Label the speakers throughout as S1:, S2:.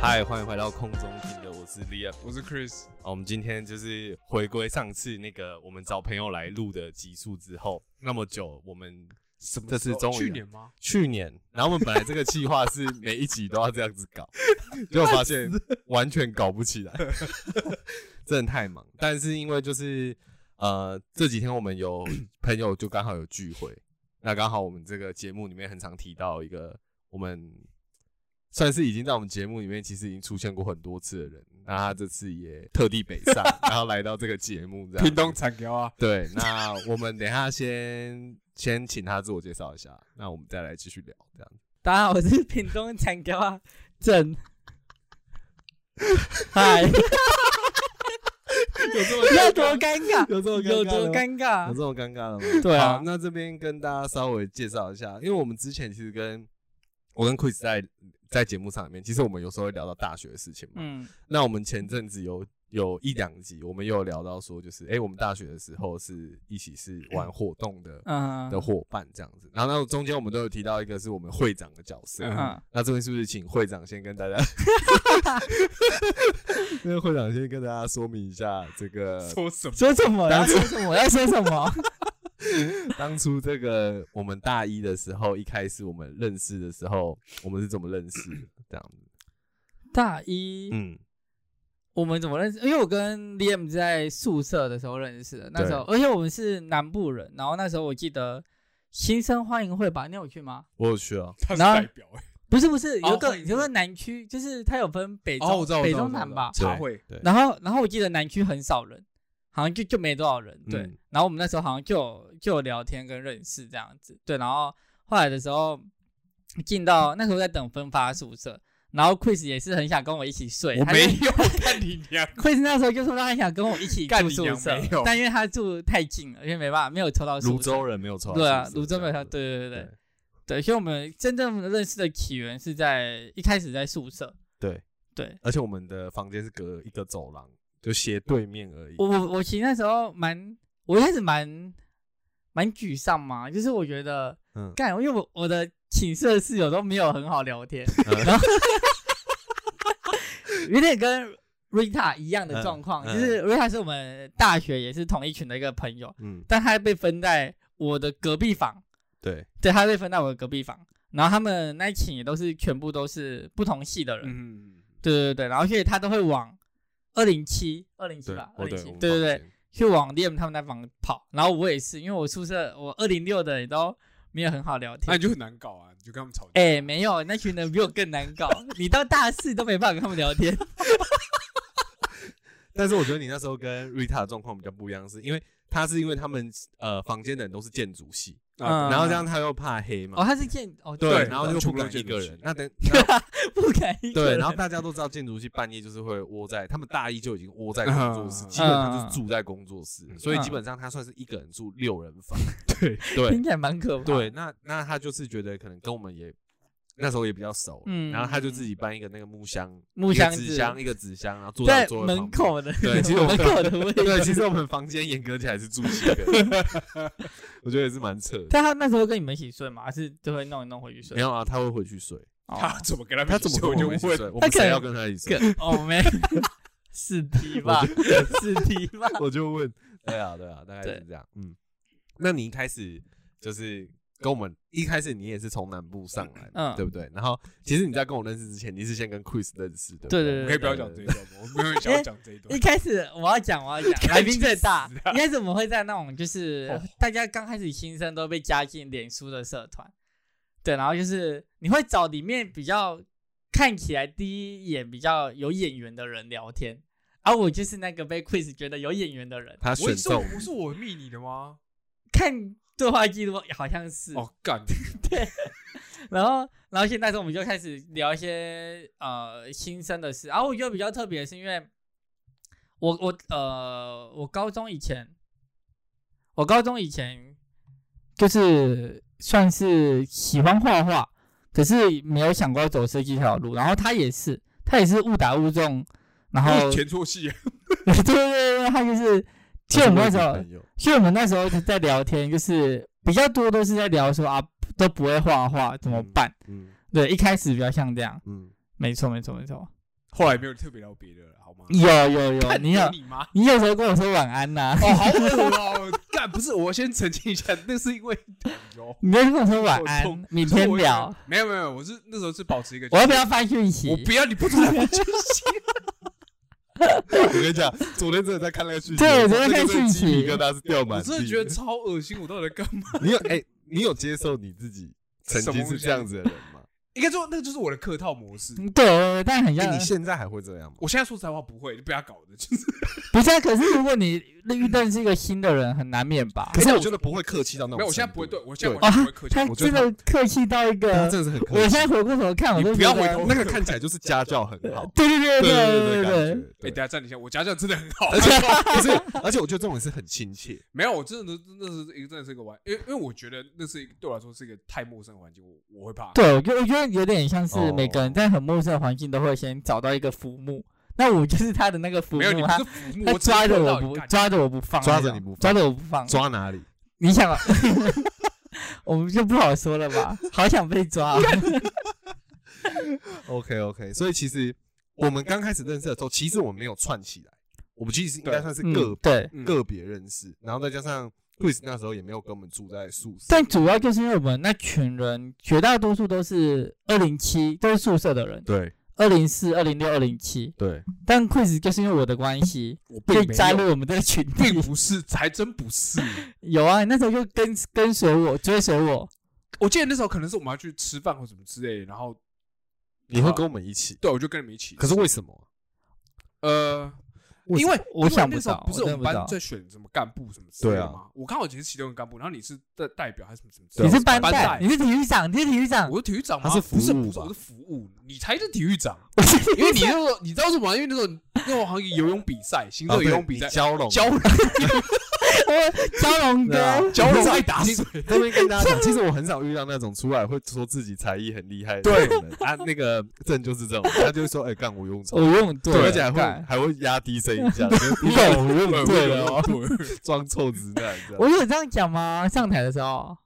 S1: 嗨，欢迎回到空中听的，我是 Liam。
S2: 我是 Chris，
S1: 好，我们今天就是回归上次那个我们找朋友来录的集数之后，那么久，我们什么这次终于
S2: 哦去年吗？
S1: 去年，然后我们本来这个计划是每一集都要这样子搞，结果发现完全搞不起来，真的太忙。但是因为就是呃这几天我们有朋友就刚好有聚会，那刚好我们这个节目里面很常提到一个我们算是已经在我们节目里面其实已经出现过很多次的人，那他这次也特地北上，然后来到这个节目这样。
S2: 屏东产条啊，
S1: 对，那我们等一下先先请他自我介绍一下，那我们再来继续聊这样。
S3: 大家好，我是屏东产家啊，郑。 嗨，
S1: 有这
S3: 有多尴尬？
S1: 有这么
S3: 有多
S1: 尬
S3: 尴
S1: 吗？有
S3: 尬
S1: 这？么尴尬了吗？
S3: 对啊
S1: 好那这边跟大家稍微介绍一下，因为我们之前其实跟我跟 Chris 在在节目上里面，其实我们有时候会聊到大学的事情嘛。
S3: 嗯，
S1: 那我们前阵子有有一两集，我们也有聊到说，就是哎、诶我们大学的时候是一起是玩活动的。
S3: 嗯
S1: 的伙伴这样子，然后那中间我们都有提到一个是我们会长的角色，
S3: 嗯
S1: 那这边是不是请会长先跟 大家，那会长先跟大家说明一下这 个
S2: 说什么？
S3: 说什
S1: 啊
S3: 么？要说什么？要说什么？
S1: 当初这个我们大一的时候，一开始我们认识的时候，我们是怎么认 识的？这样子，
S3: 大一，
S1: 嗯，
S3: 我们怎么认识？因为我跟 Liam 在宿舍的时候认识的，那时候，而且我们是南部人，然后那时候我记得新生欢迎会吧，你有去吗？
S1: 我有去啊，
S2: 他是
S3: 然后
S2: 代表哎，
S3: 不是不是，
S2: 哦
S3: 有个
S2: 欢迎会
S3: 有个南区，就是它有分北
S1: 哦，我
S3: 中
S1: 知道，
S3: 北中南吧，
S2: 茶会
S1: 对
S3: 然后然后我记得南区很少人，好像就就没多少人，对。
S1: 嗯
S3: 然后我们那时候好像就有就有聊天跟认识这样子，对。然后后来的时候进到那时候在等分发宿舍，然后 Chris 也是很想跟我一起睡，
S2: 我
S3: 他
S2: 没
S3: 就
S2: 有看你娘，
S3: Chris 那时候就说他很想跟我一起
S2: 干
S3: 住
S2: 你娘
S3: 宿舍
S2: 没有，
S3: 但因为他住太近了，因为没办法没有抽到宿舍
S1: 泸州人没有错，
S3: 对啊
S1: 是，不
S3: 泸
S1: 是
S3: 州没
S1: 这
S3: 有抽，
S1: 样子
S3: 对对对对对，所以我们真正认识的起源是在一开始在宿舍，
S1: 对，
S3: 对。
S1: 而且我们的房间是隔一个走廊，就斜对面而已，
S3: 我我我其实那时候蛮，我一开始蛮蛮沮丧嘛，就是我觉得
S1: 嗯，
S3: 干，因为我我的寝室的室友都没有很好聊天，
S1: 嗯
S3: 然后有点跟 Rita 一样的
S1: 嗯
S3: 状况，
S1: 嗯
S3: 就是 Rita 是我们大学也是同一群的一个朋友，
S1: 嗯，
S3: 但他被分在我的隔壁房，
S1: 对，
S3: 对，他被分在我的隔壁房，然后他们那一群也都是全部都是不同系的人，
S2: 嗯，
S3: 对对对，然后所以他都会往二零七二零七
S1: 对
S3: 吧，，
S1: 哦
S3: 二零
S1: 对，
S3: 七
S1: 我，们
S3: 对对对
S1: 房。间，
S3: 去往 Liam 他们那房跑，然后我也是，因为我宿舍我二零六的也都没有很好聊
S2: 那
S3: 天
S2: 你。就很难搞啊，你就跟他们吵架。
S3: 哎、没有，那群人比我更难搞，你到大四都没办法跟他们聊天。
S1: 但是我觉得你那时候跟 Rita 的状况比较不一样，是因为他是因为他们呃房间的人都是建筑系，
S2: 啊，
S3: 嗯
S1: 然后这样他又怕黑嘛
S3: 哦，，他是见哦，
S1: 对，
S2: 对
S1: 然后
S2: 然后
S1: 就不
S2: 全部都
S1: 敢一
S2: 建筑
S1: 个
S2: 系
S1: 人。那等
S3: 不敢一个
S1: 对，
S3: 人
S1: 然后大家都知道建筑系半夜就是会窝在，他们大一就已经窝在
S3: 嗯
S1: 工作室，基本上就是住在工作室，
S2: 嗯
S1: 所以基本上他算是一个人住六人 房。
S2: 对，
S1: 对
S3: 听起来蛮可怕。
S1: 对，，那那他就是觉得可能跟我们也那时候也比较熟，
S3: 嗯
S1: 然后他就自己搬一个那个木箱，
S3: 木
S1: 一个
S3: 箱
S1: 纸
S3: 子
S1: 箱一个纸箱，然后坐在
S3: 在
S1: 座位旁边。
S3: 门口的，
S1: 对其实我
S3: 门口的位置。
S1: 对，其实我们房间严格起来是住七个人，我觉得也是蛮扯的。
S3: 但他那时候跟你们一起睡嘛，还是就会弄一弄回去睡
S1: 没？有啊，他会回去睡，
S3: 哦
S2: 他怎么跟他们
S1: 他怎么
S2: 说
S1: 跟我
S2: 我就
S1: 们一起睡？
S2: 问，
S1: 我
S3: 他
S1: 们
S3: 可能
S1: 谁要跟他一起睡？
S3: 个哦 没，是题吧？是题吧？
S1: 我就问， 对啊，对啊，大概是
S3: 对
S1: 这样。嗯，那你一开始就是跟我们一开始你也是从南部上来，嗯，
S3: 嗯
S1: 对不对？然后其实你在跟我认识之前，你是先跟 Chris 认识的，
S3: 对
S1: 不
S3: 对
S2: 我
S3: 对
S2: 可以不要讲这一段吗？我没有想要讲这一
S3: 哎一
S2: 段。
S3: 开始我要讲，我要讲，
S2: 看
S3: 来宾最大
S2: 去死啊。
S3: 一开始我们会在那种就是、
S2: 哦
S3: 大家刚开始新生都被加进脸书的社团，对，然后就是你会找里面比较看起来第一眼比较有眼缘的人聊天，而、我就是那个被 Quiz 觉得有眼缘的人，
S1: 他
S2: 我
S1: 选
S2: 是我
S1: 中，
S2: 不是我密你的吗？
S3: 看对话记录好像是，
S2: 哦， 干，
S3: 然后然后现在时候我们就开始聊一些呃新生的事，然后我觉得比较特别的是因为我我呃我高中以前，我高中以前就是算是喜欢画画，可是没有想过要走设计这条路。然后他也是，他也是误打误撞，然后对
S2: 前错戏，
S3: 对对对，他就是，其实我们那时候，
S1: 有，
S3: 所以我们那时候就在聊天，就是比较多都是在聊说啊，都不会画画怎么办？
S1: 嗯
S3: 对，一开始比较像这样，
S1: 嗯，
S3: 没错没错没错。
S2: 后来没有特别聊别的了，好吗？
S3: 有有有，
S2: 看
S3: 你啊有
S2: 你妈！
S3: 你有时候跟我说晚安呐、
S2: 哦，好恶哦！干，不是，我先澄清一下，那是因为有
S3: 你就跟我说晚
S2: 我冲
S3: 安，明天聊。。
S2: 没有没有，我是那时候是保持一个，
S3: 我要不要发讯息
S2: 我？不要，你不准来就是
S1: 我跟你讲，昨天真的在看那个剧情，
S3: 对我昨天
S1: 那
S3: 看
S1: 个真的
S3: 剧
S1: 鸡皮
S3: 情
S1: 疙瘩是掉满
S2: 我
S1: 地。
S2: 真的觉得超恶心，我到底在 干嘛？
S1: 你有哎、你有接受你自己曾经是这样子的人 吗？
S2: 啊应该说，那就是我的客套模式。
S3: 对对，对但很
S1: 哎、
S3: 像啊
S1: 你。现在还会这样吗？
S2: 我现在说实在话不会，就被他搞的， 就是
S3: 不是啊，可是如果你遇到是一个新的人，很难免吧？
S1: 可是我觉得不会客气到那种程度。
S2: 哎没有，我现在不会对我现在
S1: 对
S2: 完全
S3: 哦
S2: 不会客气，
S3: 他
S2: 我
S3: 真
S2: 真
S3: 的
S2: 的
S3: 客气到一
S1: 他
S3: 个，
S1: 真的是很客气。
S3: 我现在回过头看，我都
S2: 你不要
S3: 觉得。
S2: 回头
S1: 那个看起来就是家教很好
S3: 对对对
S1: 对
S3: 对
S1: 对
S3: 对
S1: 感觉
S2: 哎，
S1: 对
S2: 等一下暂停一下，我家教真的很好，
S1: 而且不是，而且我觉得这种人是很亲切。
S2: 没有，我真的那是一个真的是一个玩，因为因为我觉得那是一个对我来说是一个太陌生的环境，我我会怕。
S3: 对，我觉得我觉得有点像是每个人
S1: 哦
S3: 在很陌生的环境都会先找到一个浮木，那我就是他的那个浮
S2: 没有，你
S3: 木，啊
S2: 不
S3: 他
S2: 是浮木，
S3: 他
S2: 我
S3: 抓着
S2: 真的
S3: 我
S2: 看到你
S3: 不
S2: 干
S3: 抓着我不放那
S1: 抓
S3: 种，
S1: 着你不放
S3: 抓着我不放，
S1: 抓哪里？
S3: 你想，啊我们就不好说了吧？好想被抓、哦，
S1: OK OK，所以其实我们刚开始认识的时候，其实我们没有串起来，我们其实应该算是个
S3: 嗯、对。
S2: 嗯
S1: 个别认识，然后再加上 Chris 那时候也没有跟我们住在宿舍，
S3: 但主要就是因为我们那群人绝大多数都是二零七，都是宿舍的人，
S1: 对
S3: 二零四、二零六、二零七。
S1: 对，
S3: 但 Chris 就是因为我的关系，
S2: 我并
S3: 就
S2: 没
S3: 加
S2: 有，
S3: 入我们这个群
S2: 并
S3: 体。
S2: 不是，还真不是。
S3: 有啊，那时候就跟跟随我，追随我。
S2: 我记得那时候可能是我们要去吃饭或什么之类的，然后
S1: 你会跟我们一起，
S2: 对我就跟你们一起。
S1: 可是为什么？
S2: 呃，因为
S3: 我想
S2: 因为
S3: 不
S2: 那时
S3: 到
S2: 候，不是我
S3: 我真的
S2: 们
S3: 不知
S2: 班
S3: 道。
S2: 在选什么干部什么之
S1: 对
S2: 类的
S1: 啊
S2: 吗？我刚好以前是其中一个干部，然后你是的代表还是什么什么之
S1: 对啊
S2: 类
S3: 你
S2: 的？
S3: 是班
S2: 班
S3: 带，你是体育长，你是体育长，
S2: 我是体育长吗？
S1: 他是服
S2: 不是
S1: 务
S2: 不是，
S1: 吧
S2: 我是服务，你才是体 育长。
S3: 我是
S2: 因为你那时候你知道为什么吗？因为那时候那时候好像游泳比赛，行
S1: 哦
S2: 政游泳比赛，
S1: 啊交融
S2: 交流
S3: 蛟哦龙
S1: 对啊
S3: 哥，
S2: 交流
S1: 在
S2: 爱打水，
S1: 这边跟大家讲，其实我很少遇到那种出来会说自己才艺很厉害的
S2: 对
S1: 那种人啊，那个郑就是这种，他就会说哎干我用
S3: 我
S2: 哦
S1: 错，
S3: 用
S1: 而且还会
S3: 干
S1: 还会压低声音 讲，你
S3: 对
S1: 懂我用对了哦，
S2: 对
S1: 装臭直男这样。
S3: 我有这样讲吗？上台的时候，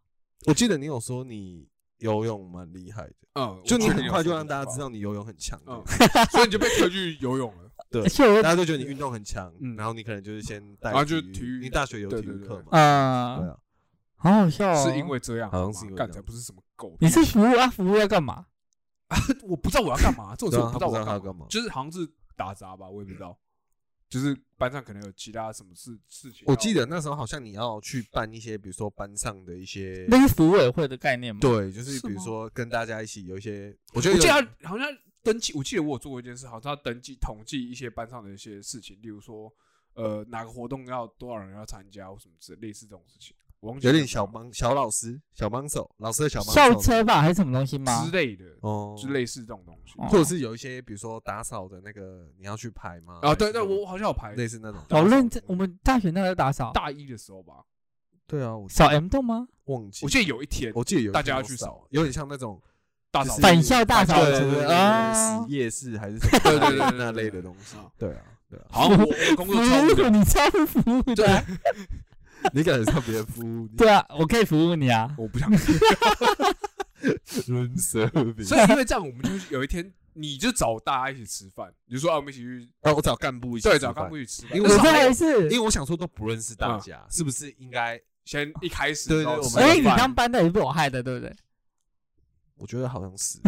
S1: 我记得你有说你游泳蛮厉害的，
S2: 嗯，
S1: 就你
S2: 我确定
S1: 很
S2: 有
S1: 快就
S2: 说
S1: 让大
S2: 这
S1: 家
S2: 个
S1: 知道你游泳很强，
S2: 嗯，所以你就被推去游泳了。
S1: 对
S3: 而，且我
S1: 大家都觉得你运动很强，
S2: 嗯
S1: 然后你可能就是先带，
S2: 然后就是体育
S1: 你大学有
S2: 对
S1: 体
S2: 对
S1: 育
S2: 对
S1: 课嘛？对
S3: 嗯，
S1: 啊，
S3: 好好笑哦。
S2: 是因为这样吗，
S1: 好像是因为这样
S2: 干才不是什么狗屁。
S3: 你是服务啊，服务要干嘛？
S2: 我不知道我要干嘛，这种事
S1: 对啊
S2: 我不知
S1: 他不知
S2: 道我
S1: 道
S2: 要
S1: 他要
S2: 干
S1: 干嘛
S2: 就是好像是打杂吧，我也不知道。就是班上可能有其他什么事事情要，
S1: 我记得那时候好像你要去办一些，比如说班上的一些，
S3: 那是服委会的概念吗？，
S1: 对，就是
S2: 是
S1: 比如
S2: 吗
S1: 说跟大家一起有一些，我觉
S2: 我
S1: 得
S2: 记
S1: 有
S2: 得他好像登记，我记得我有做过一件事，好像要登记统计一些班上的一些事情，例如说呃哪个活动要多少人要参加或什么之类类似这种事情，我忘记
S1: 有
S2: 叫
S1: 点
S2: 什
S1: 小
S2: 么
S1: 帮小老师、小帮手、老师的小帮手
S3: 校车吧，还是什么东西吗
S2: 之？类的，
S1: 哦
S2: 就，类似这种东西。
S3: 哦
S1: 或者是有一些比如说打扫的那个你要去排吗？
S2: 啊，对
S1: 还
S2: 对，
S1: 是什么
S2: 我好像有排
S1: 类似那种。
S3: 好认真，我们大学那个打扫，
S2: 大一的时候吧，
S1: 对啊，我
S3: 扫 M 栋吗？
S1: 忘记，
S2: 我记得有一天
S1: 我记得有一
S2: 大
S1: 天
S2: 家要
S1: 有
S2: 去
S1: 扫
S2: 扫，
S1: 有点像那种
S2: 大
S1: 就
S2: 扫
S1: 是
S3: 反校大扫
S1: 对
S3: 除
S1: 对对对
S3: 啊
S1: 对夜市还是什么
S2: 对对对对对
S1: 那类
S2: 对
S1: 的东西
S2: 啊。
S1: 对啊，对啊，
S2: 好像我我工
S3: 服
S2: 作超无
S3: 务，
S2: 聊，
S3: 你超不服务的啊。
S1: 你感觉上别人 服务你
S3: 对啊，我可以服务你啊。
S2: 我不想
S1: 润色饼
S2: 所以因为这样，我们就是有一天，你就找大家一起吃饭，你就说啊，我们一起去，
S1: 哦，我找干部一起
S2: 对，
S1: 吃
S2: 找
S1: 饭
S2: 干部，一起吃饭。
S1: 因
S3: 我
S1: 为
S2: 那时候
S3: 这
S1: 还有
S3: 还是
S1: 因为，我想说都不认识
S2: 嗯
S1: 大家，是不是应该？
S2: 先一开始，
S1: 对对
S2: 然后
S1: 我
S2: 吃
S1: 们
S3: 哎，你
S2: 饭
S3: 当班的也是被我害的，对不对？
S1: 我觉得好像 是，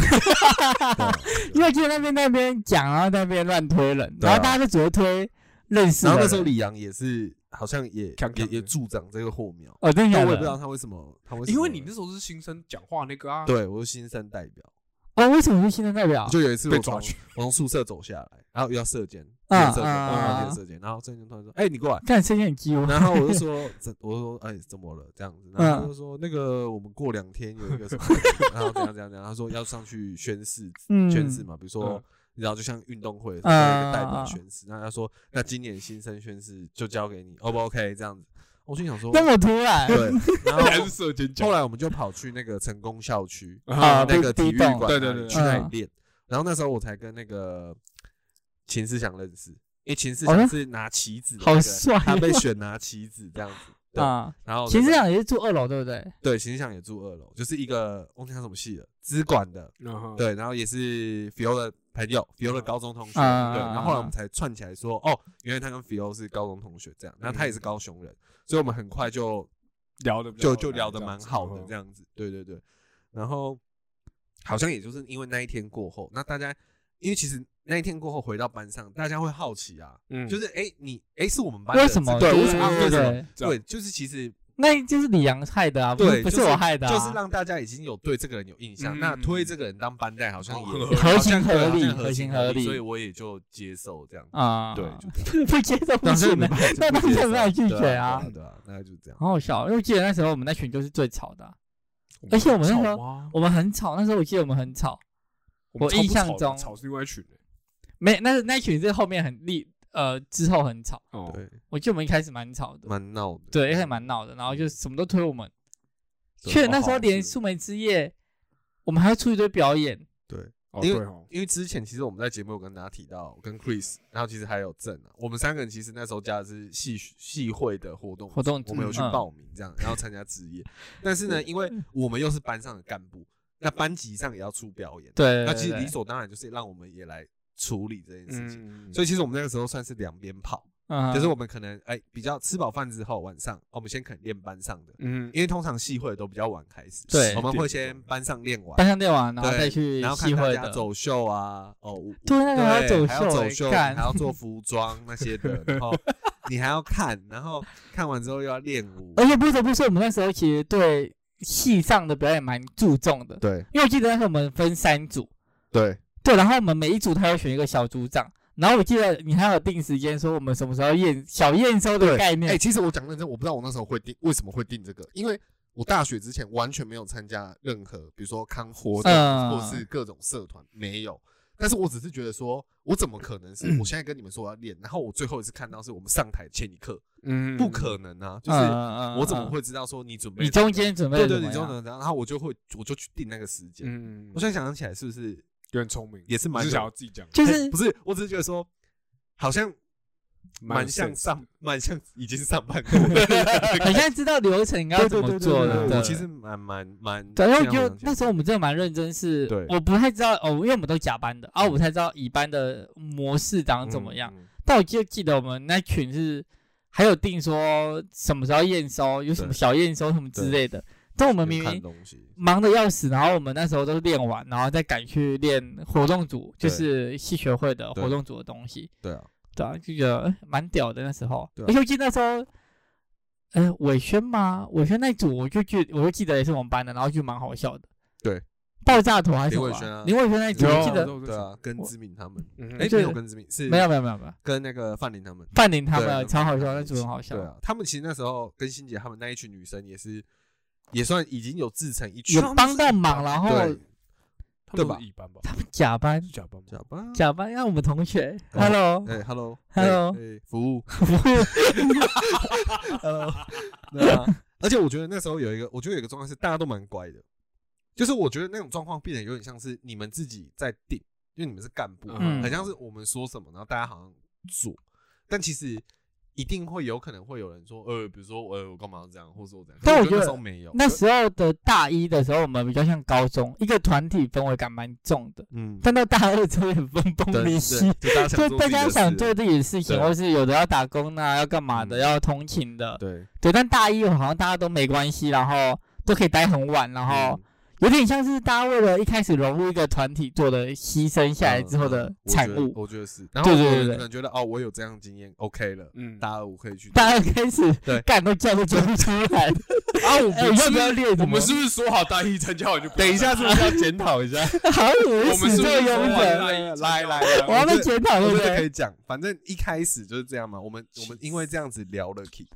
S1: 啊
S3: 因为就在那边那边讲，然后在那边乱推人，
S1: 对啊
S3: 然后大家就只会推认识的
S1: 然
S3: 人。
S1: 后那时候李阳也是，好像也
S2: 强
S1: 也
S2: 强的啊
S1: 也助长这个火苗，
S3: 哦，真的假
S1: 但
S3: 的
S1: 我也不知道他为什么，他为什么
S2: 因为你那时候是新生讲话那个啊，，
S1: 对我是新生代表，
S3: 哦，为什么是新生代表？
S1: 就有一次
S2: 啊被
S1: 我
S2: 抓
S1: 从
S2: 去，啊
S1: 我从宿舍走下来，然后又要射箭，又
S3: 嗯
S1: 射箭，
S3: 嗯
S1: 然后
S3: 嗯
S1: 又射箭，然后郑健突然说：“哎，你过来。”
S3: 看声音很激我。
S1: 然后我就说，怎我说，哎，怎么了？这样子，然后
S2: 嗯
S1: 他就说，那个我们过两天有一个什 么，然后怎样怎样怎样，他说要上去宣誓，
S3: 嗯
S1: 宣誓嘛，比如说
S2: 嗯，
S1: 然后就像运动会，有一个代表
S3: 嗯
S1: 宣誓，那他说，那今年新生宣誓就交给你，O 不 OK？这样子我心想说，
S3: 那么突然，
S1: 对，然后
S2: 还是射箭
S1: 后
S2: 脚
S1: 来我们就跑去那个成功校区
S3: 啊
S1: 那
S3: 被
S1: 个体
S3: 逼
S1: 育
S3: 动
S1: 馆那里，
S2: 对对对
S1: 去那里
S3: 嗯
S1: 练。然后那时候我才跟那个秦思祥认识，因为秦思
S3: 哦
S1: 祥
S3: 那
S1: 是拿旗子的那
S3: 好
S1: 个，
S3: 帅
S1: 他被选拿旗子这样子。对，
S3: 啊！
S1: 然后
S3: 其实
S1: 那个
S3: 长也是住二楼，对不对？
S1: 对秦思祥也住二楼，就是一个忘记他什么系了，资管的，
S2: 然后，
S1: 对，然后也是 Phil 的朋友，Phil
S2: 嗯
S1: 的高中同学，对，
S3: 啊
S1: 然后后来我们才串起来说，哦，原来他跟 Phil 是高中同学这样，然后他也是高雄人，所以我们很快就
S2: 嗯聊的
S1: 就就聊得蛮好的这
S2: 样嗯
S1: 样子，对对对，然后好像也就是因为那一天过后，那大家因为其实那一天过后回到班上，大家会好奇啊，
S2: 子，嗯
S1: 就是哎、你哎、是我们班的
S3: 为
S1: 人
S3: 什么？
S1: 对，
S3: 对
S1: 为什么？为
S3: 对
S1: 什么？
S3: 对，
S1: 对，就是其实
S3: 那就是李阳害的啊，不
S1: 对，
S3: 是不
S1: 就是
S3: 我害的啊，
S1: 就是让大家已经有对这个人有印象，
S2: 嗯
S1: 那推这个人当班代好像也
S2: 哦
S1: 好像啊
S3: 嗯合情合理
S1: 好像
S3: 合情合理
S1: 所以我也就接受这样。
S3: 啊，
S1: 对，
S3: 不接受不
S1: 但是
S3: 行
S1: 你们
S3: 的，
S1: 班
S3: 那
S1: 就不接受
S3: 当然拒绝啊
S1: 对啊，对啊对啊，那就这样。
S3: 好好笑。因为我记得那时候我们那群就是最吵的啊，而且我们那时候
S2: 候，
S3: 我们很吵，那时候我记得我们很吵，
S2: 啊我
S3: 我
S2: 们超不
S3: 印象
S2: 吵的
S3: 中
S2: 吵是另外一群人
S3: 没那那群是后面很厉呃之后很吵，
S2: 哦，
S1: 对，
S3: 我记得我们一开始蛮吵的，
S1: 蛮闹的。
S3: 对，也还蛮闹的，然后就什么都推我们，
S1: 对
S3: 去那时
S2: 啊
S3: 候
S1: 哦好
S3: 连
S1: 是
S3: 素梅之夜，我们还要出一堆表演，
S2: 哦
S1: 因为
S2: 对哦，
S1: 因为之前其实我们在节目有跟大家提到，我跟 Chris，然后其实还有郑啊，我们三个人其实那时候加的是系系会的活动组，
S3: 活动组
S1: 我们有去
S3: 嗯
S1: 报名这样，然后参加职业。但 是呢，因为我们又是班上的干部，那班级上也要出表演，
S3: 对，
S1: 那其实
S3: 对
S1: 理，所当然就是让我们也来处理这件事情。
S2: 嗯，
S1: 所以其实我们那个时候算是两边跑，
S3: 嗯，
S1: 就是我们可能哎比较吃饱饭之后晚上，哦我们先肯练班上的，
S2: 嗯，
S1: 因为通常系会都比较晚开始，
S3: 对
S1: 我们会先班上练完，
S3: 班上练完，然后
S1: 对
S3: 再去
S1: 然后看
S3: 戏
S1: 大
S3: 会
S1: 家
S3: 的，
S1: 走秀啊，哦，舞
S3: 对那个还要
S1: 对
S3: 走
S1: 还
S3: 秀
S1: 要走
S3: 欸
S1: 秀，
S3: 干
S1: 还要做服装那些的，然后你还要看，然后看完之后又要练舞，
S3: 而且不得不说，我们那时候其实对戏上的表演蛮注重的，
S1: 对
S3: 因为我记得那时候我们分三组，
S1: 对
S3: 对，然后我们每一组他要选一个小组长，然后我记得你还有定时间说我们什么时候验小验收的
S1: 对
S3: 概
S1: 哎、
S3: 念，
S1: 其实我讲认真，我不知道我那时候会定为什么会定这个，因为我大学之前完全没有参加任何，比如说康活动、
S3: 嗯
S1: 或是各种社团，没有。但是我只是觉得说，我怎么可能是、我现在跟你们说我要练，然后我最后一次看到是我们上台前一刻，
S2: 嗯
S1: 不可能啊！就是
S3: 嗯
S1: 我怎么？
S3: 嗯嗯
S1: 会知道说你准备
S3: 你
S1: 怎么
S3: 中间准备
S1: 对
S3: 得
S1: 对，
S3: 怎
S1: 你
S3: 么
S1: 中
S3: 样
S1: 间怎么样，然后我就会我就去定那个时间。
S2: 嗯，
S1: 我现在想起来是不是
S2: 有点聪明，
S1: 也是蛮
S2: 只
S1: 有
S2: 是想要自己讲，
S3: 就是
S1: 不是？我只是觉得说好像
S2: 蛮
S1: 蛮
S2: 有
S1: 像
S2: sense
S1: 上蛮像已经上班过了。
S3: 很像知道流程应该要怎么做
S1: 哎对对对对
S3: 的。
S1: 对
S3: 对
S1: 我其实蛮蛮蛮。
S3: 对，然后
S1: 现在回想
S3: 就
S1: 起来
S3: 那时候我们真的蛮认真是，
S1: 对
S3: 我不太知道哦，因为我们都假班的啊，我才知道乙班的模式长怎么样。？
S1: 嗯嗯
S3: 但我就记得我们那群是还有定说什么时候验收，有什么
S1: 对
S3: 小验收什么之类的。但我们明
S1: 有看
S3: 明
S1: 东西，
S3: 忙得要死，然后我们那时候都练完，然后再赶去练活动组，就
S1: 对
S3: 是系学会的
S1: 对
S3: 活动组的东西。
S1: 对啊，
S3: 对啊，就觉得呃蛮屌的那时候。
S1: 对啊
S3: 而且我记得那时候，呃，伟轩吗？伟轩那一组，我就记，我就记得也是我们班的，然后就蛮好笑的。
S1: 对，
S3: 爆炸头还是
S1: 林
S3: 什么
S1: 伟轩啊
S3: 林伟轩那一组，
S2: 有
S3: 我
S2: 啊
S3: 记得
S2: 我
S1: 对啊，跟志敏他们，
S2: 嗯
S1: 哎，
S3: 对
S1: 没有跟志敏，是
S3: 没有没有没有没有，
S1: 跟那个范林他们。
S3: 范宁他
S1: 对
S3: 们
S1: 跟
S3: 超好
S1: 范宁
S3: 笑，
S1: 他
S3: 那
S1: 们
S3: 组很好笑
S1: 对。啊，他们其实那时候跟欣姐他们那一群女生也是，也算已经有自成一群
S3: 有，帮到忙，然后
S1: 对，
S2: 他们
S1: 对吧
S2: 都是乙班吧？嗯
S3: 假班
S2: 是甲班吗？
S1: 假吧，
S3: 假班，让我们同学
S1: 哦
S3: ，Hello，
S1: 哎，hello
S3: Hello
S1: 哎，哎服务
S3: 我
S1: ，hello，对啊， 而且我觉得那时候有一个，我觉得有一个状况是大家都蛮乖的，就是我觉得那种状况变得有点像是你们自己在定，因为你们是干部，
S3: 嗯
S1: 很像是我们说什么，然后大家好像做，但其实一定会有可能会有人说，呃，比如说呃，我干嘛要这样，或者说我这样，
S3: 但
S1: 可
S3: 我
S1: 是觉得那
S3: 觉得
S1: 时候没有，
S3: 那时候的大一的时候，我们比较像高中，一个团体氛围感蛮重的。
S1: 嗯，
S3: 但到大二之后也分
S1: 对
S3: 崩离析
S1: 对，就大家想做自
S3: 就大
S1: 己
S3: 家
S1: 的
S3: 想
S1: 事
S3: 做自己的事情，
S1: 对
S3: 或是有的要打工啊，要干嘛的，
S1: 嗯
S3: 要通勤的，
S1: 对，嗯
S3: 对。但大一好像大家都没关系，然后都可以待很晚，然后
S1: 嗯
S3: 有点像是大家为了一开始融入一个团体做的牺牲下来
S1: 嗯
S3: 之后的
S1: 嗯我
S3: 产
S1: 觉得
S3: 物。
S1: 我觉得是，然后
S3: 对对
S1: 我
S3: 对
S1: 有
S3: 对
S1: 可能觉得哦，我有这样的经验，OK 了，
S2: 嗯，
S1: 大二我可以去做，
S3: 大二开始
S1: 对
S3: 干都叫都叫不出来，
S2: 啊，我
S3: 哎，要不要练什么？
S2: 我们是不是说好大一参加完就不
S1: 等一下，是不是要检讨一下？
S3: 好有
S2: 我们
S3: 始
S2: 是不
S3: 作
S2: 是说
S3: 俑
S2: 好
S3: 者，
S2: 大一参加
S1: 来来
S2: 完
S1: 来
S3: 我要
S1: 我觉
S3: 被
S1: 得
S3: 检讨，对
S1: 我
S3: 不
S1: 觉得可
S3: 对？
S1: 以讲，反正一开始就是这样嘛。我 们我们因为这样子聊了 key，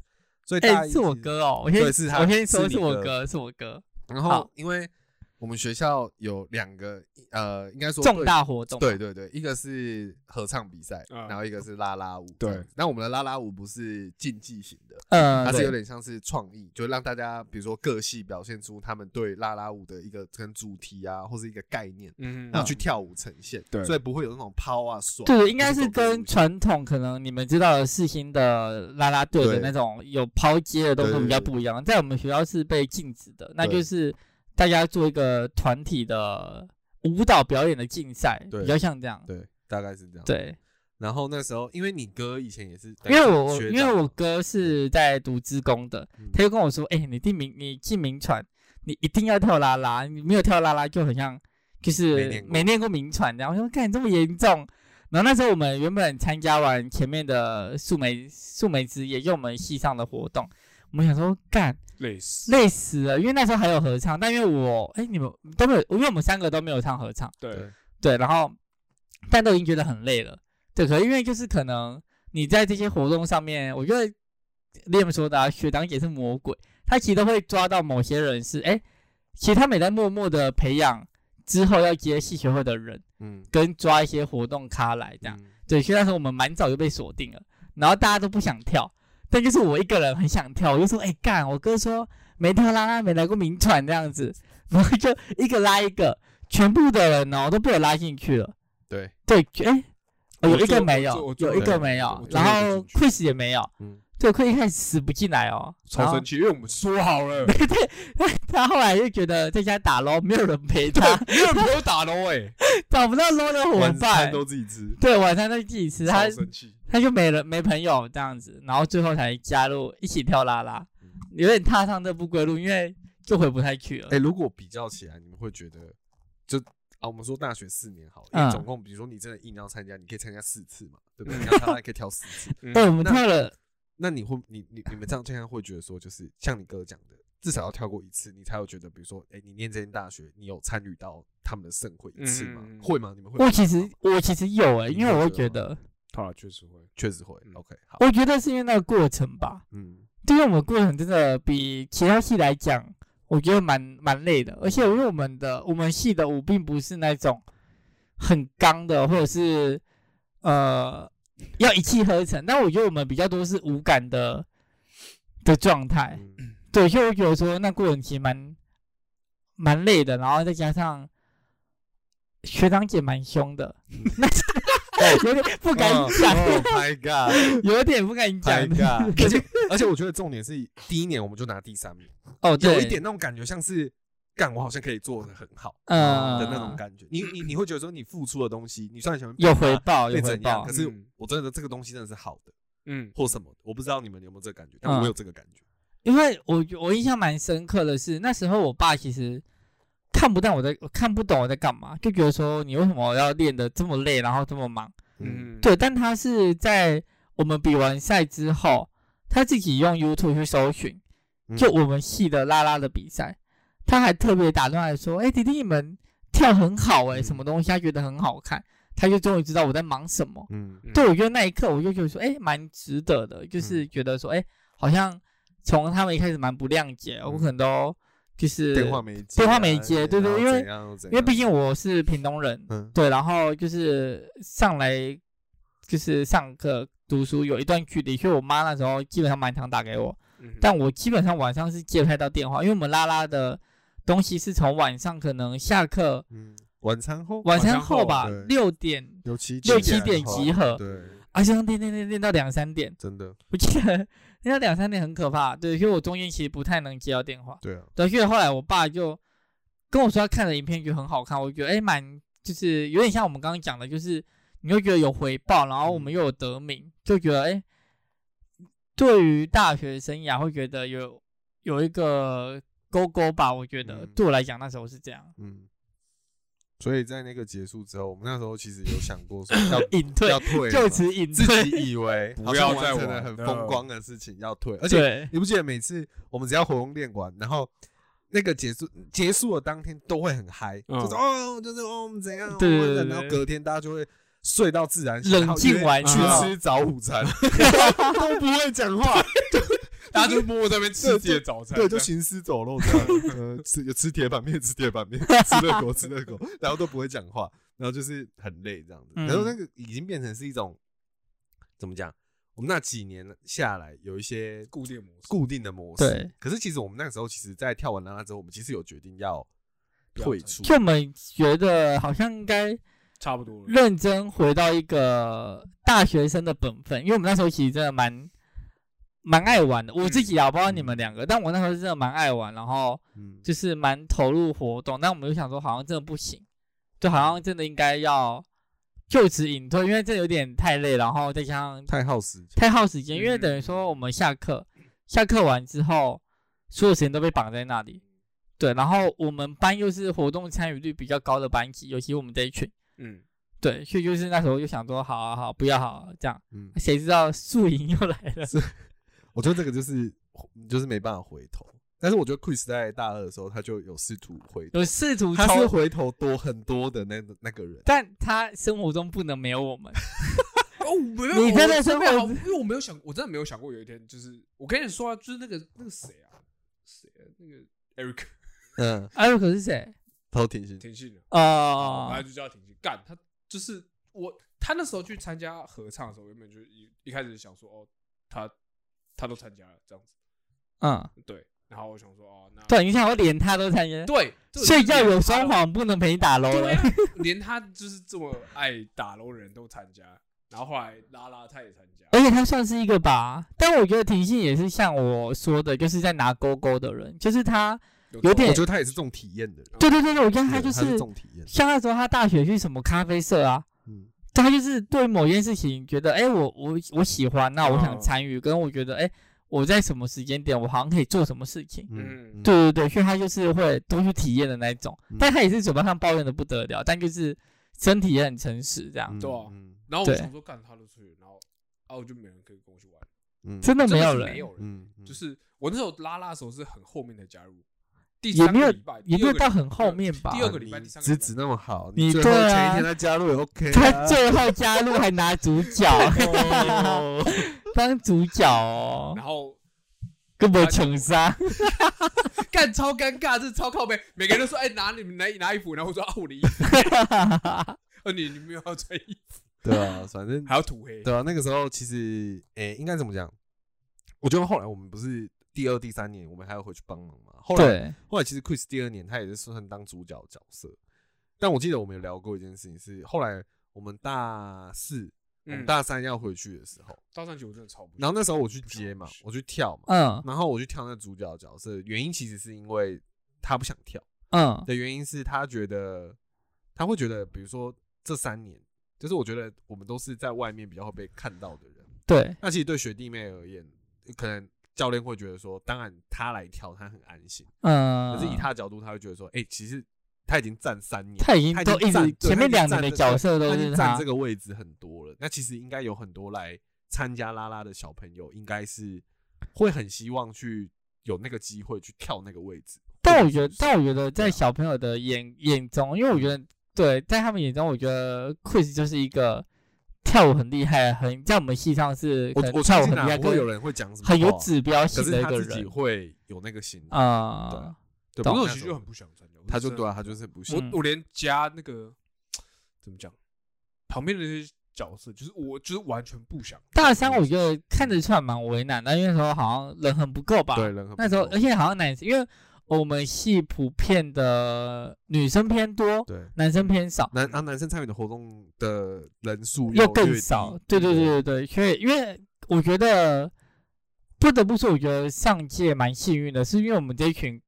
S1: 所以大
S3: 哎，
S1: 一
S3: 是我
S1: 其实。
S3: 哥哦，我先
S1: 对是他
S3: 我先说
S1: 是你
S3: 是我
S1: 哥
S3: 哥，是我哥。
S1: 然后
S3: 好
S1: 因为我们学校有两个呃，应该说
S3: 重
S1: 对
S3: 大活动，
S1: 对，对对，一个是合唱比赛，
S2: 嗯
S1: 然后一个是啦啦舞。
S2: 对啊
S1: 这样子，那我们的啦啦舞不是竞技型的，
S3: 呃
S1: 它，是
S3: 对
S1: 有点像是创意，就让大家比如说各系表现出他们对啦啦舞的一个跟主题啊，或是一个概念，
S2: 嗯，
S1: 然后去跳舞呈现。
S2: 对
S1: 所以不会有那种抛啊甩。
S3: 对，应该
S1: 走
S3: 是
S1: 这个
S3: 跟
S1: 路线
S3: 传统可能你们知道的世新的啦啦队的
S1: 对
S3: 那种有抛接的动作
S1: 对对
S3: 比较
S1: 对对
S3: 不一样，在我们学校是被禁止的，那就
S1: 对
S3: 是大家做一个团体的舞蹈表演的竞赛，
S1: 对
S3: 比较像这样。
S1: 对，大概是这样。，
S3: 对，
S1: 然后那时候因为你哥以前也是，
S3: 因为我我
S1: 学
S3: 因
S1: 长
S3: 为我哥是在读职工的，
S1: 嗯
S3: 他就跟我说：“哎、你进名你进名传，你一定要跳啦啦，你没有跳啦啦就很像就是
S1: 没练过
S3: 没练过名传。”然后我说：“看这么严重。”然后那时候我们原本参加完前面的素梅素梅之夜，就我们系上的活动，我们想说干
S2: 类似，
S3: 累死了，因为那时候还有合唱，但因为我哎、你们都没有，因为我们三个都没有唱合唱。
S2: 对，
S3: 对，然后但都已经觉得很累了，对，可是因为就是可能你在这些活动上面，我觉得你们说的、啊、学长姐是魔鬼，他其实都会抓到某些人是，哎，其实他们也在默默的培养之后要接系学会的人，
S1: 嗯，
S3: 跟抓一些活动咖来这样，
S1: 嗯
S3: 对，所以那时候我们蛮早就被锁定了，然后大家都不想跳，但就是我一个人很想跳，我就说，哎干，我哥说没跳啦啦没来过名传这样子，然后就一个拉一个，全部的人哦都被我拉进去了，
S1: 对，
S3: 对，哎、哦
S2: 我
S3: 有一
S2: 做
S3: 个没
S2: 我做
S3: 有
S2: 我，做
S3: 有一
S1: 对
S3: 个没有
S2: 我，做
S3: 然
S2: 我
S3: 后
S2: 进去
S3: Chris 也没有，
S1: 嗯，
S3: 对，Chris 一开始死不进来哦，
S2: 超
S3: 然后
S2: 生气，因为我们说好了，
S3: 他后来就觉得在家打捞没有人陪他，
S2: 没有人陪我打喽，哎，
S3: 找不到捞的伙
S1: 晚
S3: 伴
S1: 餐，都自己吃。
S3: 对，晚上都自己吃， 他
S2: 超生气，
S3: 他就没人没朋友这样子，然后最后才加入一起跳啦啦，有点踏上这不归路，因为就回不太去了
S1: 哎、。如果比较起来，你们会觉得就啊，我们说大学四年好了，因
S3: 嗯
S1: 为总共比如说你真的硬要参加，你可以参加四次嘛，对不对？你要参加也可以挑四次。
S3: 对，哎
S2: 嗯
S3: 我们
S1: 那
S3: 跳了，
S1: 那你会你你你们这样这样会觉得说，就是像你哥讲的，至少要跳过一次，你才有觉得，比如说，哎、你念这间大学，你有参与到他们的盛会一次吗？
S2: 嗯
S1: 会吗？你们会有
S3: 我
S1: 这种
S3: 其
S1: 想法吗？
S3: 实我其实有哎、
S1: 你
S3: 因为我会
S1: 会
S3: 觉
S1: 觉
S3: 得
S1: 得，
S2: 好了，确实会，
S1: 确实会。
S2: 嗯
S1: OK，好，
S3: 我觉得是因为那个过程吧，
S1: 嗯，
S3: 对于我们过程真的比其他系来讲，我觉得蛮蛮累的。而且因为我们的我们系的舞并不是那种很刚的，或者是呃要一气呵成，但我觉得我们比较多是无感的的状态。
S1: 嗯
S3: 对，所以我觉得说那过程其实蛮蛮累的，然后再加上学长姐蛮凶 的，那有
S1: 哦
S3: 点不敢讲，
S1: Oh my god！My
S3: 有点不敢讲。
S1: god！而且 而且我觉得重点是第一年我们就拿第三名。
S3: 哦，对，
S1: 有一点那种感觉，像是干我好像可以做的很好，
S3: 嗯
S1: 哦的那种感觉。 你你你会觉得说你付出的东西，你虽然想
S3: 有回 报，有
S1: 变
S3: 回
S1: 怎样，
S3: 报
S1: 可。是
S2: 嗯
S1: 我真的这个东西真的是好的
S2: 嗯，
S1: 或什么的，我不知道你们有没有这个感觉，但
S3: 嗯
S1: 我有这个感觉。
S3: 因为我我印象蛮深刻的是，那时候我爸其实看不到我在，看不懂我在干嘛，就觉得说你为什么要练得这么累，然后这么忙？
S1: 嗯，
S3: 对，但他是在我们比完赛之后，他自己用 YouTube 去搜寻，
S1: 嗯
S3: 就我们系的啦啦的比赛，他还特别打电话来说：“哎、迪迪，你们跳很好哎、
S1: 嗯
S3: 什么东西？”他觉得很好看，他就终于知道我在忙什么。
S1: 嗯
S2: 嗯
S3: 对，我觉得那一刻我就觉得说，哎，蛮值得的，就是觉得说，哎，好像从他们一开始蛮不谅解，我可能都就是
S1: 电嗯话，啊没接啊，
S3: 电话没接对对
S1: 然后
S3: 因为
S1: 怎样怎
S3: 因为
S1: 样
S3: 毕竟我是屏东人，
S1: 嗯
S3: 对，然后就是上来就是上课读书有一段距离，所以我妈那时候基本上蛮常打给我，
S2: 嗯，
S3: 但我基本上晚上是接不太到电话，因为我们拉拉的东西是从晚上可能下课
S1: 嗯晚餐后啊
S3: 晚
S2: 上
S3: 餐后
S2: 后
S3: 吧
S1: 对
S3: 六点，
S1: 六七
S3: 六
S2: 七
S1: 点
S3: 点
S1: 后啊
S3: 集合啊
S1: 对，
S3: 而且练练练练到两三点。
S1: 真的
S3: 我记得 那两三点很可怕，对，因为我中间其实不太能接到电话，
S1: 对啊，
S3: 对，所以后来我爸就跟我说他看了影片觉得很好看，我觉得哎蛮就是有点像我们刚刚讲的，就是你会觉得有回报，然后我
S1: 嗯
S3: 们又有得名，就觉得哎，对于大学生涯会觉得有有一个勾勾吧，我觉得、
S1: 嗯
S3: 对我来讲那时候是这样，
S1: 嗯。所以在那个结束之后，我们那时候其实有想过说 要
S3: 隐退
S1: 要退了
S3: 就
S1: 嘛
S3: 此隐
S1: 自
S3: 退，
S1: 己以为
S2: 不
S1: 好像
S2: 要再
S1: 完成了
S2: 玩
S1: 很
S2: 了
S1: 风光的事情要退，而且
S3: 对，
S1: 你不记得每次我们只要活动练完，然后那个结束结束的当天都会很嗨，
S2: 嗯
S1: 就是哦，就是哦，我们怎样，
S3: 对对
S1: 我们
S3: 对
S1: 怎样
S3: 对
S1: 然后隔天大家就会睡到自然醒，
S3: 冷静完啊
S1: 然
S3: 之
S1: 后
S3: 后
S1: 约去吃早午餐，都不会讲话，
S2: 大家就默默在那边吃自己的早餐，
S1: 对，就
S2: 这样
S1: 行尸走肉这样，呃，吃有吃铁板面，吃铁板面，吃热狗，吃热狗，然后都不会讲话，然后就是很累这样子。
S3: 嗯
S1: 然后那个已经变成是一种怎么讲？我们那几年下来有一些
S2: 固定模式。
S1: 固定的模式，
S3: 对。
S1: 可是其实我们那个时候，其实，在跳完啦啦之后，我们其实有决定要
S2: 不要
S1: 退
S2: 再
S1: 出，
S3: 就我们觉得好像应该
S2: 差不多了。
S3: 认真回到一个大学生的本分，因为我们那时候其实真的蛮蛮爱玩的。我自己啊，不知道你们两个，但我那时候是真的蛮爱玩，然后
S1: 嗯，
S3: 就是蛮投入活动。但我们就想说，好像真的不行，就好像真的应该要就此隐退，因为这有点太累，然后再加上
S1: 太耗时间，
S3: 太耗时间，因为
S2: 嗯
S3: 等于说我们下课，下课完之后，所有时间都被绑在那里。对，然后我们班又是活动参与率比较高的班级，尤其我们这一群，
S2: 嗯，
S3: 对，所以就是那时候就想说，好啊好，不要好、啊、这样，
S1: 嗯，
S3: 谁知道宿营又来了，
S1: 我觉得这个就是就是没办法回头。但是我觉得 Chris 在大二的时候，他就有试图回头，
S3: 有试图
S1: 他是
S3: 抽，
S1: 回头多很多的那那个人。
S3: 但他生活中不能没有我们，
S2: 哦，没有，
S3: 你真的
S2: 我
S3: 是
S2: 真没有，
S3: 会
S2: 因为我没有想，我真的没有想过有一天，就是我跟你说啊，就是那个那个谁啊，谁啊，那个 Eric 啊
S1: 嗯，
S3: 艾瑞啊克是谁？
S1: 偷听心，
S2: 田信的，
S3: 哦
S2: 然后，就叫他停薪干，他就是我，他那时候去参加合唱的时候，原本就一一开始想说，哦，他他都参加了这样子，
S3: 嗯，
S2: 对，然后我想说，哦，那
S3: 对，你想我连他都参加，
S2: 对，这个
S3: 所以要有
S2: 连
S3: 双簧，不能陪你
S2: 他
S3: 打喽
S2: 都，对
S3: 了
S2: 啊，连他就是这么爱打楼的人都参加，然后后来拉拉他也参加，
S3: 而且他算是一个吧，但我觉得婷信也是像我说的，就是在拿勾勾的人，就是他，有点
S1: 我觉得他也是重体验的人，
S3: 对对对对，我觉得他
S1: 对
S3: 就
S1: 他
S3: 是
S1: 重体验，
S3: 像那时候他大学去什么咖啡社啊，
S1: 嗯，
S3: 他就是对某件事情觉得，哎、我我我喜欢，那我
S1: 哦
S3: 想
S2: 嗯
S3: 参与，跟我觉得，哎、我在什么时间点，我好像可以做什么事情。
S1: 嗯，
S3: 对对对，所以他就是会多去体验的那一种，
S1: 嗯
S3: 但他也是嘴巴上抱怨的不得了，但就是身体也很诚实，这样、
S1: 嗯
S2: 对啊
S1: 嗯
S2: 然后我
S3: 对
S2: 想说，干他都出去，然后啊，我就没人可以跟我去玩，
S1: 嗯
S3: 真的
S2: 真
S3: 没
S2: 的
S3: 有
S2: 是
S3: 人，
S2: 没有人，
S1: 嗯，嗯
S2: 就是我那时候拉拉的时候是很后面才加入，第
S3: 也
S2: 三
S3: 没有
S2: 个礼拜，
S3: 也
S2: 第
S3: 没
S2: 二
S3: 有
S2: 个
S3: 到
S2: 礼
S3: 很后
S2: 对
S3: 面吧
S2: 第。二个礼拜、
S1: 啊你
S2: 第三个
S1: 资
S2: 礼
S1: 质
S2: 拜，
S1: 那么好，
S3: 你
S1: 最后
S3: 对啊
S1: 前一天他加入也 OK，啊
S3: 他最后加入还拿主 角，
S1: 哦
S3: 当主角 哦，
S2: 然后
S3: 根本穷杀。
S2: 干超尴尬，这超靠背，每个人都说，哎，拿你们拿拿衣服，然后我说啊，我的衣 服，哦，你你没有要穿衣服，
S1: 对啊，反正
S2: 还要涂黑，
S1: 对啊，那个时候其实诶，应该怎么讲？我觉得后来我们不是第二、第三年，我们还要回去帮忙嘛。后来
S3: 对，
S1: 后来其实 Chris 第二年他也是算当主角角色，但我记得我们有聊过一件事情是，后来我们大四、我们
S2: 嗯，
S1: 大三要回去的时候，
S2: 到上去我真的超不行，
S1: 然后那时候我去接嘛，我去跳嘛，
S3: 嗯
S1: 然后我去跳那主角角色，原因其实是因为他不想跳
S3: 嗯
S1: 的原因是他觉得他会觉得，比如说这三年，就是我觉得我们都是在外面比较会被看到的人，
S3: 对，
S1: 那其实对学弟妹而言，可能教练会觉得说，当然他来跳他很安心，
S3: 嗯，
S1: 可是以他的角度，他会觉得说，哎，其实他已经站三年，
S3: 他已经
S1: 他已
S3: 都
S1: 经
S3: 一直
S1: 站对
S3: 前
S1: 他
S3: 面
S1: 已经
S3: 两
S1: 站
S3: 年的
S1: 这
S3: 角色
S1: 他
S3: 都
S1: 已
S3: 是
S1: 经站
S3: 他
S1: 这，个位置很多了，那其实应该有很多来参加拉拉的小朋友，应该是会很希望去有那个机会去跳那个位置。
S3: 但
S1: 或
S3: 我
S1: 者
S3: 觉得，
S1: 是
S3: 但我觉得
S1: 对啊
S3: 在小朋友的眼眼中，因为我觉得对，在他们眼中，我觉得 Chris 就是一个跳舞很厉害，很在我们系上是可
S1: 我
S3: 能
S1: 我
S3: 跳
S1: 相
S3: 舞
S1: 信
S3: 很
S1: 啊
S3: 厉害，
S1: 不会有
S3: 跟
S1: 人会讲什么话，
S3: 很有指标
S1: 可
S3: 性
S1: 是
S3: 的一
S1: 他
S3: 个
S1: 自己
S3: 人
S1: 会有那个心态，对
S3: 啊
S1: 啊。对，
S3: 懂
S1: 不
S2: 我
S1: 过那
S2: 那时候
S1: 时
S2: 其实就
S1: 候
S2: 很不想参加，我
S1: 他就
S2: 真的
S1: 对啊，他就是不行。
S3: 嗯
S2: 我我连加那个怎么讲，旁边的那些角色，就是我就是完全不想。
S3: 大三我觉得看得出来蛮为难的，因为那时候好像人很不够吧，
S1: 对，人很
S3: 那时候
S1: 不
S3: 而
S1: 错
S3: 且好像男生，因为我们系普遍的女生偏多，
S1: 对
S3: 男生偏少，
S1: 男啊男生参与的活动的人数
S3: 又
S1: 又
S3: 更
S1: 越低
S3: 少。对对对对对，所以因为我觉得不得不说，我觉得上届蛮幸运的，是因为我们这一群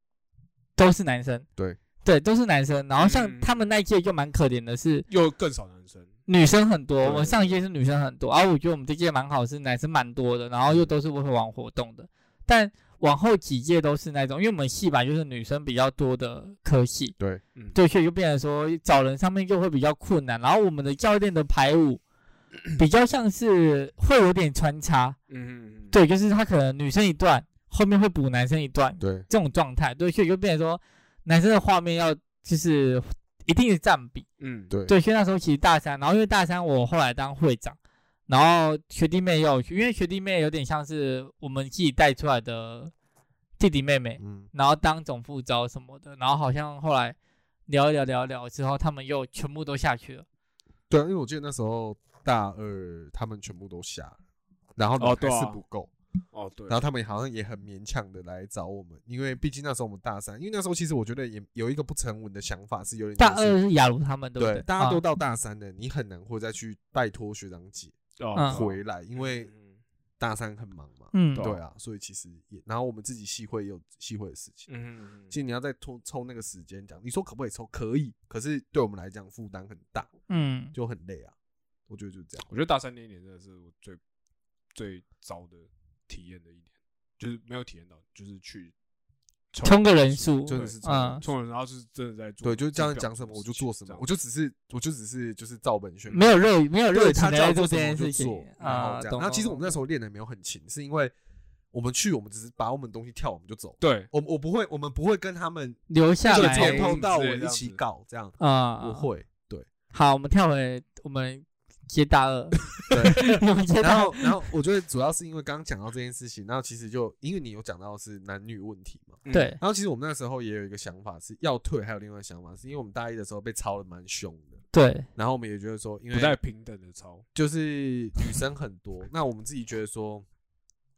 S3: 都是男生，
S1: 对
S3: 对，都是男生。然后像
S2: 嗯
S3: 他们那一届就蛮可怜的是
S2: 又更少男生，
S3: 女生很多，
S1: 对
S3: 我们上一届是女生很多，而、啊我觉得我们这届蛮好，是男生蛮多的，然后又都是会玩活动的，但。往后几届都是那种，因为我们系吧就是女生比较多的科系，
S1: 对，
S2: 嗯，
S3: 对，所以就变成说找人上面就会比较困难。然后我们的教练的排舞 比较像是会有点穿插，
S2: 嗯，嗯，
S3: 对，就是他可能女生一段，后面会补男生一段
S1: 对
S3: 这种状态，对，所以就变成说男生的画面要就是一定的占比，
S2: 嗯，嗯，
S1: 对
S3: 对，所以那时候其实大三，然后因为大三我后来当会长，然后学弟妹也有去，因为学弟妹有点像是我们自己带出来的弟弟妹妹，
S1: 嗯，
S3: 然后当总副招什么的，然后好像后来聊一聊聊一聊之后，他们又全部都下去了。
S1: 对啊，因为我记得那时候大二他们全部都下了，然后
S2: 哦
S1: 人
S2: 对
S1: 还是
S2: 啊
S1: 不够，
S2: 哦，对
S1: 然，后他们好像也很勉强的来找我们，因为毕竟那时候我们大三，因为那时候其实我觉得也有一个不成文的想法是有点
S3: 大
S1: 像是
S3: 二是雅茹他们，对不
S1: 对
S3: 对？
S1: 大家都
S3: 啊
S1: 到大三了，你很难会再去拜托学长姐
S2: 哦
S3: 嗯
S1: 回来，因为
S2: 嗯
S1: 大三很忙嘛，
S3: 嗯，
S2: 对
S1: 对啊，所以其实也，然后我们自己系会也有系会的事情，
S2: 嗯，
S1: 其实你要再抽抽那个时间讲，你说可不可以抽？可以，可是对我们来讲负担很大，
S3: 嗯，
S1: 就很累啊，我觉得就是这样。
S2: 我觉得大三那一年真的是我最最糟的体验的一年，就是没有体验到，就是去
S3: 冲个人数，
S1: 真的是冲
S3: 嗯，
S2: 冲人，然后是真的在做，
S1: 对，就是教
S2: 样
S1: 练讲什么我就做什么，我
S2: 就
S1: 就只是我就只是就是照本宣科，
S3: 没有热没有热
S1: 对
S3: 情
S1: 他
S3: 地
S1: 叫
S3: 在
S1: 我做
S3: 做这
S1: 什么我
S3: 件
S1: 就做
S3: 事情，
S1: 然
S3: 啊
S1: 后这。样。
S3: 懂
S1: 然后其实
S3: 懂
S1: 我们那时候练的没有很勤，是因为我们去我们只是把我们东西跳，我们就走。
S2: 对，
S1: 我我不会，我们不会跟他们
S3: 留下
S1: 就
S3: 来
S1: 从头到
S2: 之
S1: 尾
S2: 类这
S1: 一
S2: 样
S1: 起
S2: 子
S1: 搞这样，
S3: 啊，
S1: 不会。对，
S3: 好，我们跳回我们接大二，
S1: 对，
S3: 我们接
S1: 然
S3: 大二
S1: 后，然后我觉得主要是因为刚刚讲到这件事情，然后其实就因为你有讲到是男女问题嘛，
S2: 嗯，
S3: 对，
S1: 然后其实我们那时候也有一个想法是要退，还有另外一个想法是因为我们大一的时候被操的蛮凶的，
S3: 对，
S1: 然后我们也觉得说，因
S2: 不太
S1: 为
S2: 平等的操，
S1: 就是女生很多，那我们自己觉得说，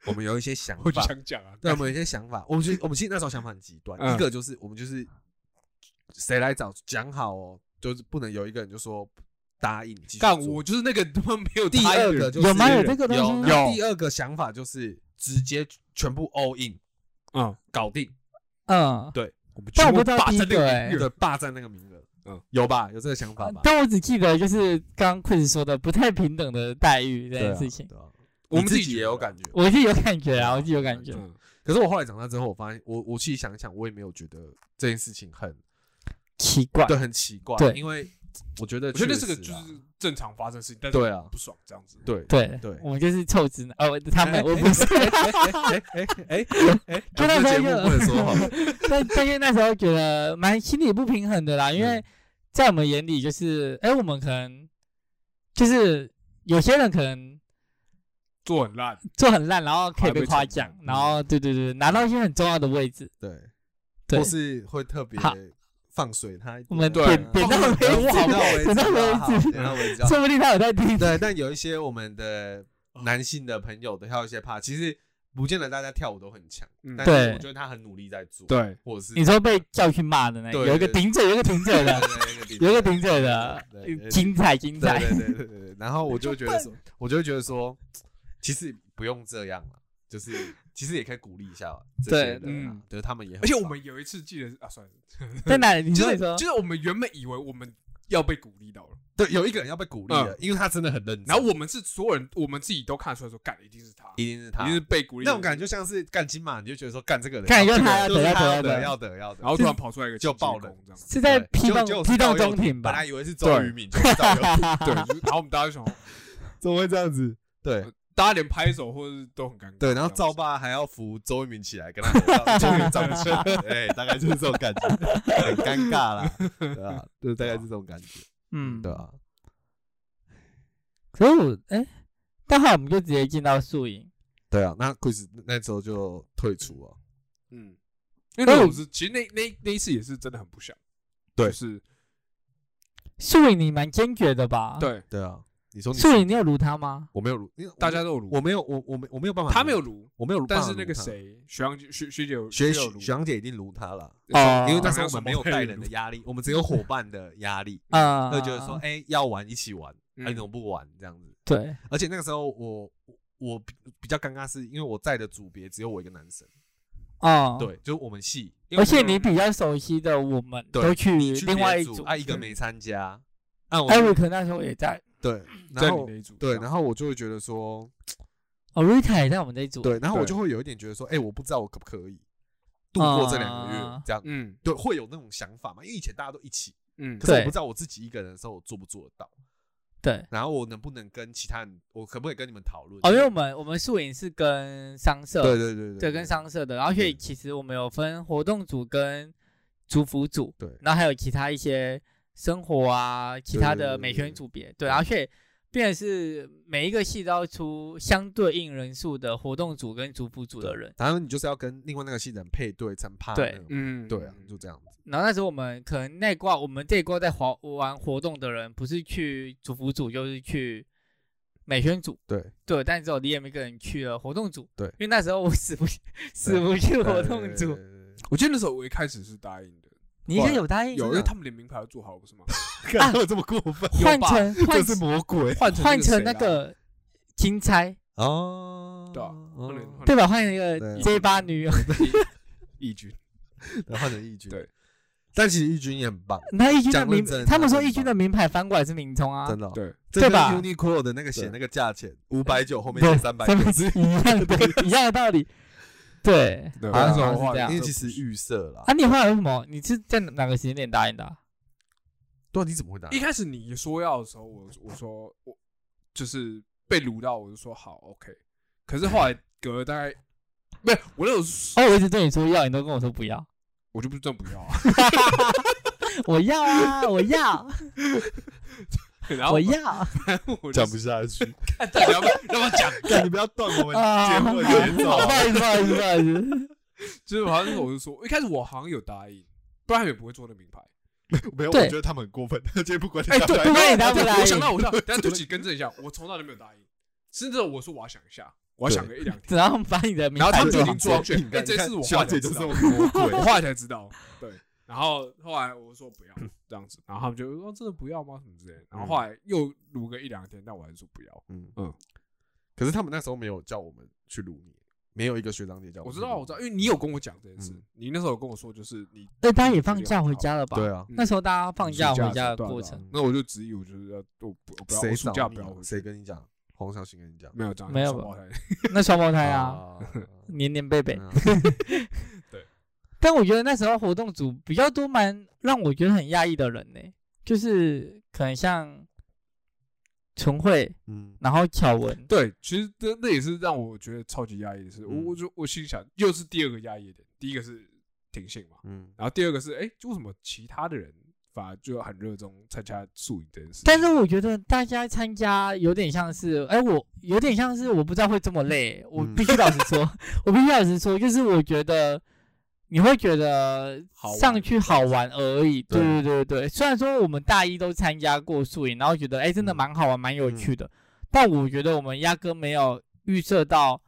S1: 我们有一些想
S2: 我就
S1: 法，
S2: 想讲啊，
S1: 对，我们有一些想法，我们其实我们其实那时候想法很极端，
S2: 嗯
S1: 一个就是我们就是谁来找讲好哦，就是不能有一个人就说答应继续
S2: 干
S1: 做
S2: 我就是那个他妈没有
S1: 第
S2: 答应
S1: 二个
S2: 的人
S1: 就是
S3: 有吗？有这个东
S1: 有，
S3: 西
S1: 然
S3: 吗？
S1: 后第二个想法就是直接全部 all in
S2: 嗯，
S1: 搞定，
S3: 嗯，
S1: 对，我们全
S3: 但我
S1: 部
S3: 不知道
S1: 霸
S3: 第一
S1: 占那
S3: 个
S1: 个
S3: 欸
S1: 名额，对，霸占那个名额，
S2: 嗯
S1: 嗯，有吧？有这个想法吧？
S3: 但我只记得就是刚刚 Chris 说的不太平等的待遇这
S1: 对啊
S3: 件事情，
S1: 对啊
S2: 我们
S1: 你
S2: 自
S1: 自
S2: 己
S1: 己
S2: 觉
S1: 也
S2: 得
S1: 有感觉。
S3: 我是有感觉啊，我是有感觉，
S2: 嗯，
S1: 可是我后来长大之后，我发现我我其实想一想，我也没有觉得这件事情很
S3: 奇怪，
S1: 对很奇怪，
S3: 对
S1: 因为我觉得
S2: 我觉得
S1: 确
S2: 这个
S1: 实
S2: 就
S1: 啊
S2: 是正常发生的事情，但是
S1: 对啊，
S2: 不爽这样子，
S1: 对
S3: 对
S1: 对
S3: 我们就是臭直男，哦，他们
S1: 哎
S3: 我不是，
S1: 哎哎哎哎哎，
S3: 就那
S1: 我
S3: 时
S1: 们
S3: 候
S1: 节目
S3: 就
S1: 不能说好，
S3: 但但是那时候觉得蛮心里不平衡的啦，因为
S1: 嗯
S3: 在我们眼里就是，哎，我们可能就是有些人可能
S2: 做很烂，
S3: 做很烂，然后可以
S2: 还被
S3: 被夸
S2: 称赞
S3: 奖，然后对对对，拿到一些很重要的位置，
S1: 对，
S3: 对
S1: 或，是会特别
S3: 好
S1: 放水他一点，
S3: 我们
S2: 对
S3: 点点到为止，
S1: 点到为止
S3: 点到
S1: 就好，
S3: 为止，
S1: 点到为止就好。
S3: 说不定他有在听。
S1: 对，但有一些我们的男性的朋友的，还有一些怕，其实不见得大家跳舞都很强
S2: 嗯，
S1: 但是
S3: 对
S1: 我觉得他很努力在做，，
S2: 对，
S1: 或者是
S3: 你说被教训骂的那个，
S1: 对
S3: 有一个
S1: 对对
S3: 顶嘴，有一个 顶嘴的，
S1: 对
S3: 有一个顶嘴的
S1: 对对对，
S3: 精彩精
S1: 对
S3: 彩。
S1: 对对对对对，然后我就觉得说，我就会觉得说，其实不用这样了，就是其实也可以鼓励一下这些
S3: 对
S1: 人啊
S2: 嗯，
S1: 就是他们也很
S2: 而且我
S1: 棒
S2: 们有一次记得啊，算了，
S3: 在哪里？你
S2: 就
S3: 说
S2: 是
S3: 你说
S2: 就是我们原本以为我们要被鼓励到了，
S1: 对有一个人要被鼓励了，因为他真的很认真，
S2: 然后我们是所有人，我们自己都看得出来说，干一定是他，
S1: 一定是他
S2: 一定是被鼓励
S1: 那种感觉，就像是干金马，你就觉得说干这个人，
S3: 干就是他
S1: 要
S3: 要得
S1: 要
S3: 要得要得
S1: 要得要得，
S2: 然后突然跑出来一个
S1: 就
S2: 清洁
S1: 爆冷
S2: 工这 样子，
S3: 是在
S1: 对
S3: 批
S1: 就
S3: 动
S1: 就是
S3: 批动
S1: 赵又
S3: 中庭
S1: 本来
S3: 吧？
S1: 以为是周渝民，就是赵又廷
S2: 对，就是然后我们大家就想，
S1: 怎么会这样子？对
S2: 大家连拍手或者是都很尴尬，
S1: 对，然后
S2: 这样
S1: 赵
S2: 子
S1: 爸还要扶周渝民起来跟他 合照，就是张不顺，哎，大概就是这种感觉，很尴尬啦，对啊，对，大概是这种感觉，
S3: 嗯，
S1: 对。啊，
S3: 可是我哎，但后来我们就直接进到宿营，
S1: 对啊，那 Chris 那时候就退出了，
S2: 嗯，因为那
S3: 但我
S2: 种是其实那那那一次也是真的很不想，
S1: 对
S2: 就是
S3: 宿营你蛮坚决的吧？，
S2: 对，
S1: 对啊，你说你
S3: 宿营你有如他吗？
S1: 我没有，因为我
S2: 大家都有撸
S1: 我，没有，我我没我没有办法，
S2: 他没有，撸，
S1: 我没有，
S2: 但是那个。谁，学长姐学学姐有
S1: 学
S2: 姐有啊撸
S1: 学长姐一定撸他了，
S3: 哦
S1: 因为那时候我们没有带人的压力，我们只有伙伴的压 力，
S3: 啊，
S1: 那就是说，哎，要玩一起玩，哎，
S2: 嗯
S1: 你怎么不玩这样子？
S3: 对，
S1: 而且那个时候我我我比比较尴尬，是因为我在的组别只有我一个男生，
S3: 哦，。
S1: 对，就是我们系，
S2: 嗯
S1: 因为
S3: 而且你比较熟悉的，我们
S1: 对
S3: 都去
S1: 你去
S3: 另
S1: 别
S3: 外一
S1: 组
S3: 组。嗯
S1: 啊，一个没参加，啊，我
S3: 艾瑞克那时候也在，
S1: 对，
S2: 在
S1: 然
S2: 你
S1: 后
S2: 那一组，
S1: 对，
S2: 这样
S1: 然后我就会觉得说，
S3: 哦，瑞卡也在我们这一组。
S1: 对，然后我
S2: 对
S1: 就会有一点觉得说，哎，我不知道我可不可以度过这两个月
S3: 啊
S1: 这样，
S2: 嗯
S1: 对，会有那种想法嘛，因为以前大家都一起，
S2: 嗯
S1: 可是我
S3: 对
S1: 不知道我自己一个人的时候我做不做得到，
S3: 对，
S1: 然后我能不能跟其他人，我可不可以跟你们讨论？
S3: 哦，因为我们我们宿营是跟商社，
S1: 对对对对
S3: 对，跟商社的，然后所以
S1: 对
S3: 其实我们有分活动组跟族服组，
S1: 对
S3: 然后还有其他一些生活啊，其他的美宣组别，对，然后所以变成是每一个系都要出相对应人数的活动组跟主辅组的人。
S1: 反正你就是要跟另外那个系人配对成趴那
S3: 对
S1: 种，
S2: 嗯，
S1: 对啊，就这样子。
S3: 然后那时候我们可能那一挂，我们这一挂在滑玩活动的人，不是去主辅组，就是去美宣组。
S1: 对
S3: 对，但只有 DM 一个人去了活动组。
S1: 对
S3: 因为那时候我死不 死不
S1: 哎
S3: 去活动组。
S2: 我记得那时候我一开始是答应的，
S3: 你应该有答应
S2: 有，因
S3: 是
S2: 为
S3: 吗
S2: 他们连名牌都做好，不是
S1: 嗯
S2: 吗？
S1: 干嘛有这么过分？
S3: 换成换
S1: 这是魔鬼
S2: 换成
S3: 换成
S2: 那
S3: 那个金钗
S1: 哦
S2: 对啊
S1: 哦
S2: 换成
S3: 对吧？换成一
S1: 对
S3: 个 J 八女友，
S2: 谁啦 义军，
S1: 对换成义军。
S2: 对，
S1: 但其实义军也很棒，
S3: 那义军的
S1: 讲
S3: 名
S1: 认真，
S3: 他们说
S1: 讲认
S3: 义军
S1: 真
S3: 的名牌翻过来是明聪啊，
S1: 真的哦。
S2: 对，
S1: 这跟
S3: 对吧
S1: Uniqlo 的那个写
S2: 对
S1: 那个价钱五百九，后面
S3: 对
S1: 写三百
S3: 他
S1: 九
S3: 们是一样的，一样的道理。对，
S2: 对
S3: 好像
S2: 那时候
S3: 是
S2: 换
S3: 这样
S1: 因为
S2: 因为
S1: 其
S2: 其
S1: 实
S2: 实
S1: 预设啦
S3: 啊，，你后来为什么？你是在哪个时间点答应的啊？
S1: 对啊，你怎么会答
S2: 一
S1: 应？
S2: 开始你说要的时候，我我说我就是被撸到，我就说好 OK。可是后来隔了大概，没有，我那时候
S3: 哦，我一直对你说要，你都跟我说不要。
S2: 我就不是真的不要 啊。
S3: 我要啊，我要，
S2: 然后
S3: 我要。
S2: 我 就
S1: 讲不下去，
S2: 到底要不要要不要讲？
S1: 干你不要断我 们节
S3: 啊，
S1: 目
S3: 不
S1: 的
S3: 好意
S1: 节
S3: 思，不
S1: 奏啊。
S3: 好意思，不好意思不好意思。
S2: 就是好像我就说，一开始我好像有答应，不然他们也不会做那名牌。
S1: 没有，我
S3: 对
S1: 觉得他们很过分， 今天不管你
S2: 哎，
S1: 要
S2: 对，
S1: 不要
S3: 不
S2: 对
S3: 然你
S2: 对
S3: 答不答应
S2: 我 想到， 我想到，但对不起，更正一下，我从来都没有答应，甚至我说我要想一下，我要想个一两天，
S3: 只要把你的名
S2: 然后他
S3: 牌
S2: 们
S3: 就
S2: 就已
S3: 好
S2: 经。做上去
S1: 你。
S2: 哎，
S1: 看
S2: 这次我
S1: 小
S2: 画
S1: 姐
S2: 才
S1: 就
S2: 知
S1: 是
S2: 道
S1: 这，么魔
S2: 我
S1: 鬼，
S2: 画才知道，对。然后后来我说不要
S1: 嗯
S2: 这样子，然后他们就说哦真的不要吗？什么之类的。然后后来又撸个一两天，但我还是说不要。
S1: 嗯嗯
S2: 嗯。
S1: 可是他们那时候没有叫我们去撸你，没有一个学长姐叫
S2: 我
S1: 们
S2: 知
S1: 去撸
S2: 道，我知道，因为你有跟我讲这件事
S1: 嗯，
S2: 你那时候有跟我说，就是你
S3: 对，大家也放假回家了吧？
S1: 对啊，嗯
S3: 那时候大家放假
S2: 暑
S3: 回
S2: 的时
S3: 家
S2: 候
S3: 的
S2: 对啊
S3: 过
S2: 对啊
S3: 程，
S2: 那我就执意，我就是要我不我不要，
S1: 谁
S2: 我暑假
S1: 找
S2: 不
S1: 你
S2: 要
S1: 啊
S2: 回？去
S1: 谁跟你讲？黄小新跟你讲？
S2: 没有这样，
S3: 没有
S2: 双胞胎
S3: 那双胞胎
S1: 对
S3: 啊，，年年贝贝。
S1: 嗯
S3: 但我觉得那时候活动组比较多，蛮让我觉得很压抑的人呢、就是可能像纯慧，
S1: 嗯，
S3: 然后巧文，
S2: 对，其实这那也是让我觉得超级压抑的事。我
S1: 嗯
S2: 我就我心想，又是第二个压抑的点，第一个是挺性嘛，
S1: 嗯，
S2: 然后第二个是，哎、为什么其他的人反而就很热衷参加宿营这件事？
S3: 但是我觉得大家参加有点像是，哎、我有点像是我不知道会这么累，我
S1: 嗯
S3: 必须老实说， 我必须老实说，就是我觉得你会觉得
S2: 好玩
S3: 上去好玩而已，对
S1: 对
S3: 对对对。虽然说我们大一都参加过宿营，然后觉得哎、真的
S1: 嗯
S3: 蛮好玩，蛮有趣的，但我觉得我们压根没有预设到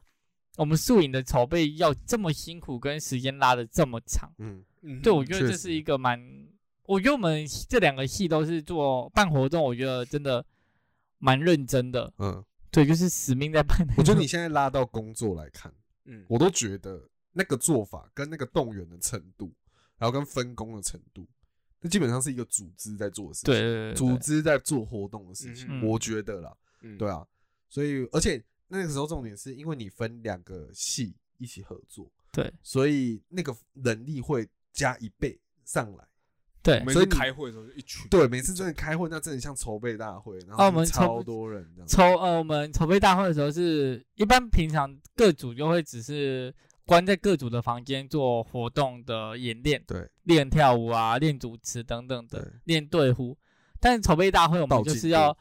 S3: 我们宿营的筹备要这么辛苦，跟时间拉的这么长。
S1: 嗯，
S2: 嗯
S3: 对，我觉
S1: 确
S3: 得这
S1: 实
S3: 是一个蛮，我觉得我们这两个系都是做办活动，我觉得真的蛮认真的。
S1: 嗯，
S3: 对，就是死命在办那种。
S1: 我觉得你现在拉到工作来看，
S2: 嗯，
S1: 我都觉得那个做法跟那个动员的程度，然后跟分工的程度，那基本上是一个组织在做的事情，
S3: 对对对
S1: 组
S3: 对
S1: 织在做活动的事
S2: 嗯
S1: 情，
S3: 哼
S1: 我觉得啦，
S2: 嗯
S1: 对啊，所以而且那个时候重点是因为你分两个系一起合作，
S3: 对
S1: 所以那个人力会加一倍上来。
S3: 对
S2: 我们
S1: 所以
S2: 是
S1: 你
S2: 开会的时候就一群，
S1: 对，每次真的开会，那真的像筹备大会，然
S3: 啊
S1: 后
S3: 我们
S1: 是
S3: 筹
S1: 超多人这样子。
S3: 筹呃，我们筹备大会的时候是，一般平常各组就会只是关在各组的房间做活动的演练，
S1: 对，
S3: 练跳舞啊，练主持等等
S1: 对
S3: 的，练对呼。但是筹备大会我
S1: 到
S3: 们就
S1: 进
S3: 是
S1: 度
S3: 要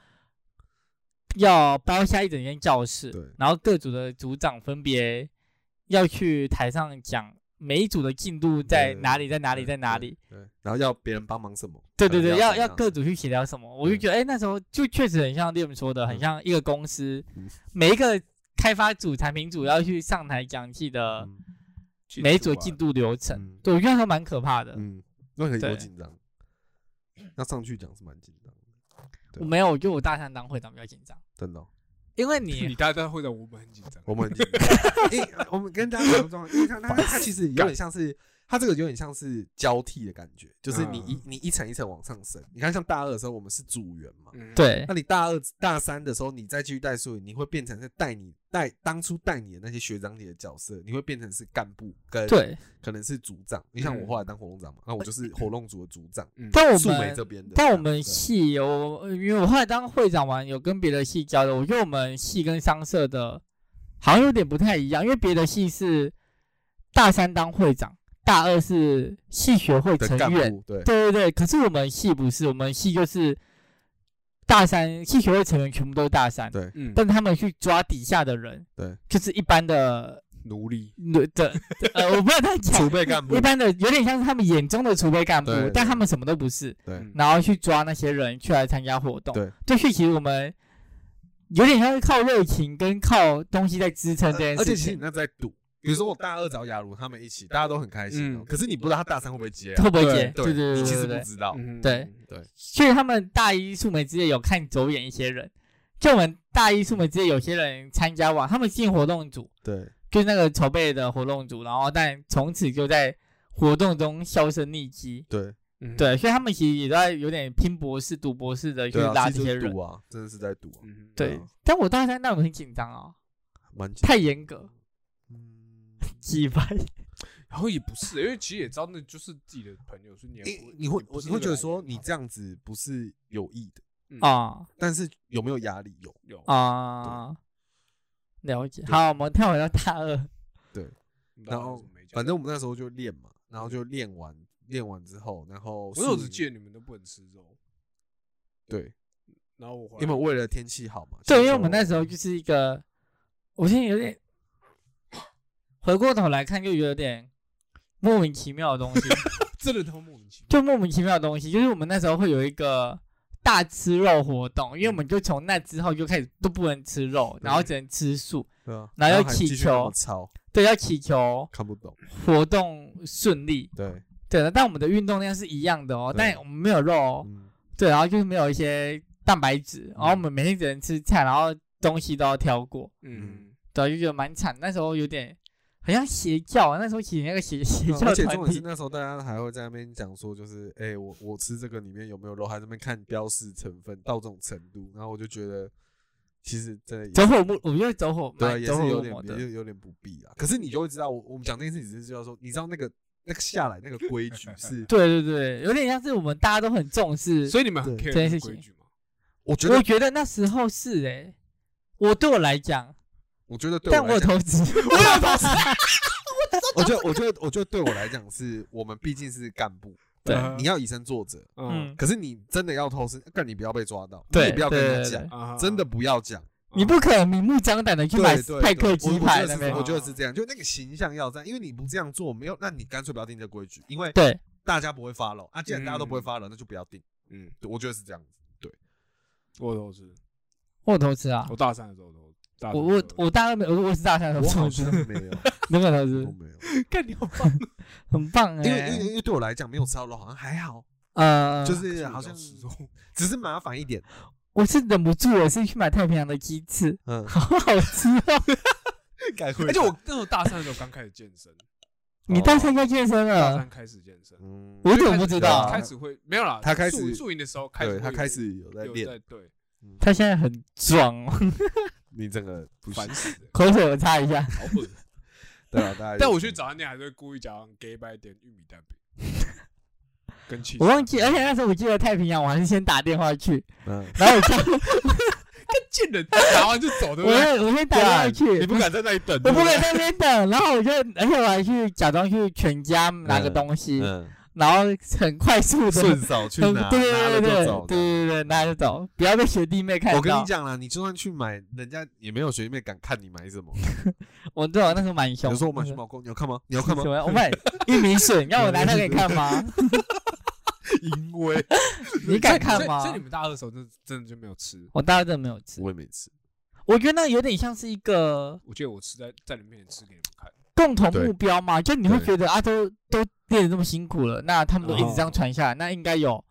S3: 要包下一整间教室
S1: 对，
S3: 然后各组的组长分别要去台上讲每一组的进度在
S1: 对
S3: 哪里，在哪里，
S1: 对
S3: 在哪
S1: 对
S3: 里。
S1: 对，然后要别人帮忙什么？
S3: 对对对，
S1: 要
S3: 要
S1: 怎样
S3: 要各组去协调什么，我就
S1: 对
S3: 觉得，哎，那时候就确实很像 Liam 说的，很
S1: 嗯
S3: 像一个公司
S1: 嗯，
S3: 每一个开发组、产品组要去上台讲自己的
S1: 嗯
S3: 每一组
S2: 组
S3: 的进度流程。
S1: 嗯
S3: 对，我觉得那时候蛮可怕的。
S1: 嗯，那很多
S3: 对
S1: 紧张，那上去讲是蛮紧张的，对啊
S3: 我没有，我觉得我大三当会长比较紧张，
S1: 真的哦。
S3: 因 为
S2: 你
S3: 你
S2: 大家会长，我们很紧张，
S1: 我们 很紧张因为呃我们跟大家讲状况，因为他他他其实有点像是。他这个有点像是交替的感觉，就是你
S3: 嗯
S1: 一你一层一层往上升。你看，像大二的时候我们是组员嘛，
S2: 嗯，
S3: 对
S1: 那你大二大三的时候你再继续带数，你会变成是带你带当初带你的那些学长姐的角色，你会变成是干部跟
S3: 对，
S1: 可能是组长。你像我
S2: 嗯
S1: 后来当活动长嘛，那我就是活动组的组长。
S2: 嗯
S3: 但我
S1: 树莓
S3: 们
S1: 这边的，
S3: 但我们系有，呃因为我后来当会长完，有跟别的系交流，我觉得我们系跟商社的好像有点不太一样，因为别的系是大三当会长，大二是系学会
S1: 的
S3: 成
S1: 干
S3: 员，
S1: 部对
S3: 对对对，可是我们系不是，我们系就是大三系学会成员全部都是大三，
S1: 对
S2: 嗯，
S3: 但他们去抓底下的人，
S1: 对，
S3: 就是一般的
S2: 奴隶，
S3: 的的呃，我不知道他
S1: 储
S3: 讲。
S1: 备干部
S3: 一，般的有点像是他们眼中的储备干部
S1: 对，对
S3: 但他们什么都不是，
S1: 对
S2: 嗯
S3: 然后去抓那些人去来参加活动。
S1: 对，
S3: 对，所以其实我们有点像是靠热情跟靠东西在支撑这件
S1: 呃而且
S3: 事
S1: 其实
S3: 情
S1: 你，那在赌，比如说我大二找雅茹他们一起，大家都很开心哦、
S2: 嗯
S1: 可是你不知道他大三会不会接、啊，
S3: 会不会
S2: 对
S3: 接？对对
S1: 你
S3: 对
S1: 其
S3: 对
S1: 实不
S3: 对。
S1: 知道，
S2: 嗯
S3: 对，
S1: 对，
S3: 所以他们大一素梅之夜有看走眼一些人，就我们大一素梅之夜有些人参加完，他们进活动组，
S1: 对，
S3: 就是那个筹备的活动组，然后但从此就在活动中销声匿迹。
S1: 对，
S2: 嗯，
S3: 对，所以他们其实也在有点拼搏式、赌博式的去
S1: 对啊，
S3: 拉
S1: 其
S3: 这
S1: 实
S3: 些
S1: 就是
S3: 人
S1: 赌。啊，真的是在赌、啊，
S2: 嗯，
S3: 对
S1: 啊，
S3: 但我大三那我很紧张啊，
S1: 蛮紧
S3: 太严格，
S1: 嗯
S3: 几百。
S2: 然后也不是，因为其实也知道那就是自己的朋友，所以你 也不
S1: 嗯你你会
S2: 不是
S1: 你会觉得
S2: 那个
S1: 说
S2: 来源
S1: 你这样子不是有意的，
S3: 啊
S1: 但是有没有压力？有，
S2: 有，
S3: 啊，了解。好，我们跳回到大二，
S1: 然后
S2: 没讲
S1: 反正我们那时候就练嘛，然后就练完，练完之后，然后
S2: 我
S1: 宿
S2: 有只
S1: 营
S2: 记得你们都不能吃肉，
S1: 对，
S2: 然后我回来
S1: 因为为了天气好嘛，
S3: 对，
S1: 其
S3: 因
S1: 实
S3: 为我们
S1: 就
S3: 那时候就是一个，我现在有点回过头来看，就有点莫名其妙的东西，
S2: 真的他妈莫名其妙，
S3: 就莫名其妙的东西，就是我们那时候会有一个大吃肉活动，因为我们就从那之后就开始都不能吃肉，然后只能吃素，
S1: 对啊，
S3: 然后要
S1: 还
S3: 气
S1: 继续那么
S3: 球
S1: 操
S3: 对，要祈求
S1: 看不懂，
S3: 活动顺利。
S1: 对，
S3: 对的，但我们的运动量是一样的哦，
S1: 对
S3: 但我们没有肉哦。
S1: 嗯，
S3: 对，然后就是没有一些蛋白质，然后我们每天只能吃菜，然后东西都要挑过，
S2: 嗯，
S3: 对啊，就觉得蛮惨。那时候有点好像邪教啊，那时候起那个邪邪
S1: 嗯
S3: 教
S1: 而且重
S3: 团
S1: 点是
S3: 体，
S1: 那时候大家还会在那边讲说，就是哎、我我吃这个里面有没有肉，还在那边看标示成分到这种程度，然后我就觉得其实真的也
S3: 走火入，我觉得走火
S1: 对啊，
S3: 蛮
S1: 也
S3: 走火
S1: 是有
S3: 入
S1: 点
S3: 魔
S1: 也
S3: 的，，
S1: 是有点不必啊。可是你就会知道，我我们讲这件事情只是知道说，你知道那个那个下来那个规矩是
S3: 对对对，有点像是我们大家都很重视。
S2: 所以你们很
S1: 对
S2: care
S3: 这件
S2: 这个
S3: 事
S2: 规
S3: 情
S2: 矩吗？
S1: 我觉
S3: 我
S1: 得
S3: 觉得那时候是哎、我对我来讲，
S1: 我觉得对
S3: 但
S1: 我
S3: 我有
S1: 来讲，
S3: 投资， 我有投资，
S1: 我觉得我觉得我觉得对我来讲是我们毕竟是干部，
S3: 对
S2: 嗯
S1: 你要以身作则。
S2: 啊
S3: 嗯，
S1: 可是你真的要偷吃，但你不要被抓到，
S3: 对
S1: 你也不要跟
S3: 对
S1: 他
S3: 对
S1: 讲，
S2: 啊
S1: 真的不要讲。
S3: 你不可能明目张胆的去买
S1: 对对，
S3: 派
S1: 对
S3: 克
S1: 我
S3: 鸡
S1: 我觉
S3: 排那
S1: 得是
S3: 边啊
S1: 我，觉得是这样，就那个形象要这样，因为你不这样做，没有，那你干脆不要定这个规矩，因为
S3: 对，
S1: 大家不会 follow 啊。既然大家都不会
S2: 嗯
S1: follow，那就不要定。
S2: 嗯，
S1: 对我觉得是这样子。
S2: 我投资，
S3: 我有投资啊
S2: 我，大三的时候投资，大
S3: 我
S2: 三的
S3: 我
S2: 时候
S3: 我大二没，我我是大三的
S1: 我
S3: 投
S1: 好
S3: 资
S1: 像，没 有，
S3: 那个 投资
S1: 我。没有。
S2: 干你好棒，
S3: 很棒哎、
S1: 因为因为因为对我来讲，没有吃到肉好像还好，
S3: 呃，
S1: 就是好像
S2: 吃肉，
S1: 只是麻烦一 点。
S3: 我是忍不住，我是去买太平洋的鸡翅，
S1: 嗯，
S3: 好好吃哦。
S1: 改回
S2: 而且我那时候大三的时候刚开始健身，
S3: 你大三要健身
S2: 大
S3: 了，
S2: 三开始健身，
S1: 嗯，
S3: 嗯我怎么不知
S1: 对啊
S3: 道
S2: 开？始会没有啦，
S1: 他开始
S2: 宿宿营的时候开始
S1: 对
S2: 会
S1: 他开
S2: 有
S1: 始有在
S2: 有
S1: 练，
S2: 在对，
S3: 他现在很壮哦，
S1: 你这个不行
S2: 烦，死 了，
S3: 口水我擦一下。
S2: 好狠。
S1: 对啊， 大家
S2: 但我去找他那还是会故意假装 gay 白点玉米蛋饼， 跟气。
S3: 我忘记，而且那时候我记得太平洋，我还是先打电话去，
S1: 嗯，
S3: 然后我叫，
S2: 见 人打完就走，对不
S3: 我
S2: 对？
S3: 先我先打电话去，
S1: 你不敢在那里等，
S3: 我
S1: 对
S3: 不
S1: 对
S3: 敢在那边等，然后我就，而且我还去假装去全家拿个东西，
S1: 嗯，
S3: 然后很快速的，
S1: 顺手去
S3: 很
S1: 拿，
S3: 对
S1: 拿了就
S3: 对对对对
S1: 走
S3: 对
S1: 这样
S3: 对对，拿着走，不要被学弟妹看到。
S1: 我跟你，讲啦，你就算去买，人家也没有学弟妹敢看你买什么。
S3: 我对我那时候蛮
S1: 比
S3: 凶。
S1: 如说我买熊猫公，你要看吗？你要看吗
S3: 什？么？我买玉米笋，要我拿那给你看吗？
S1: 因为
S3: 你敢看
S2: 所以所以
S3: 吗
S2: 你？们大二的时候，真的真的就没有吃。
S3: 我大二真的没有吃，
S1: 我也没吃，
S3: 我觉得那有点像是一个
S2: 我记得我吃在在你面前吃给你们看，
S3: 共同
S1: 对
S3: 目标嘛，就你会
S1: 对
S3: 觉得啊，都都练得这么辛苦了，那他们都一直这样传下来，那应该有，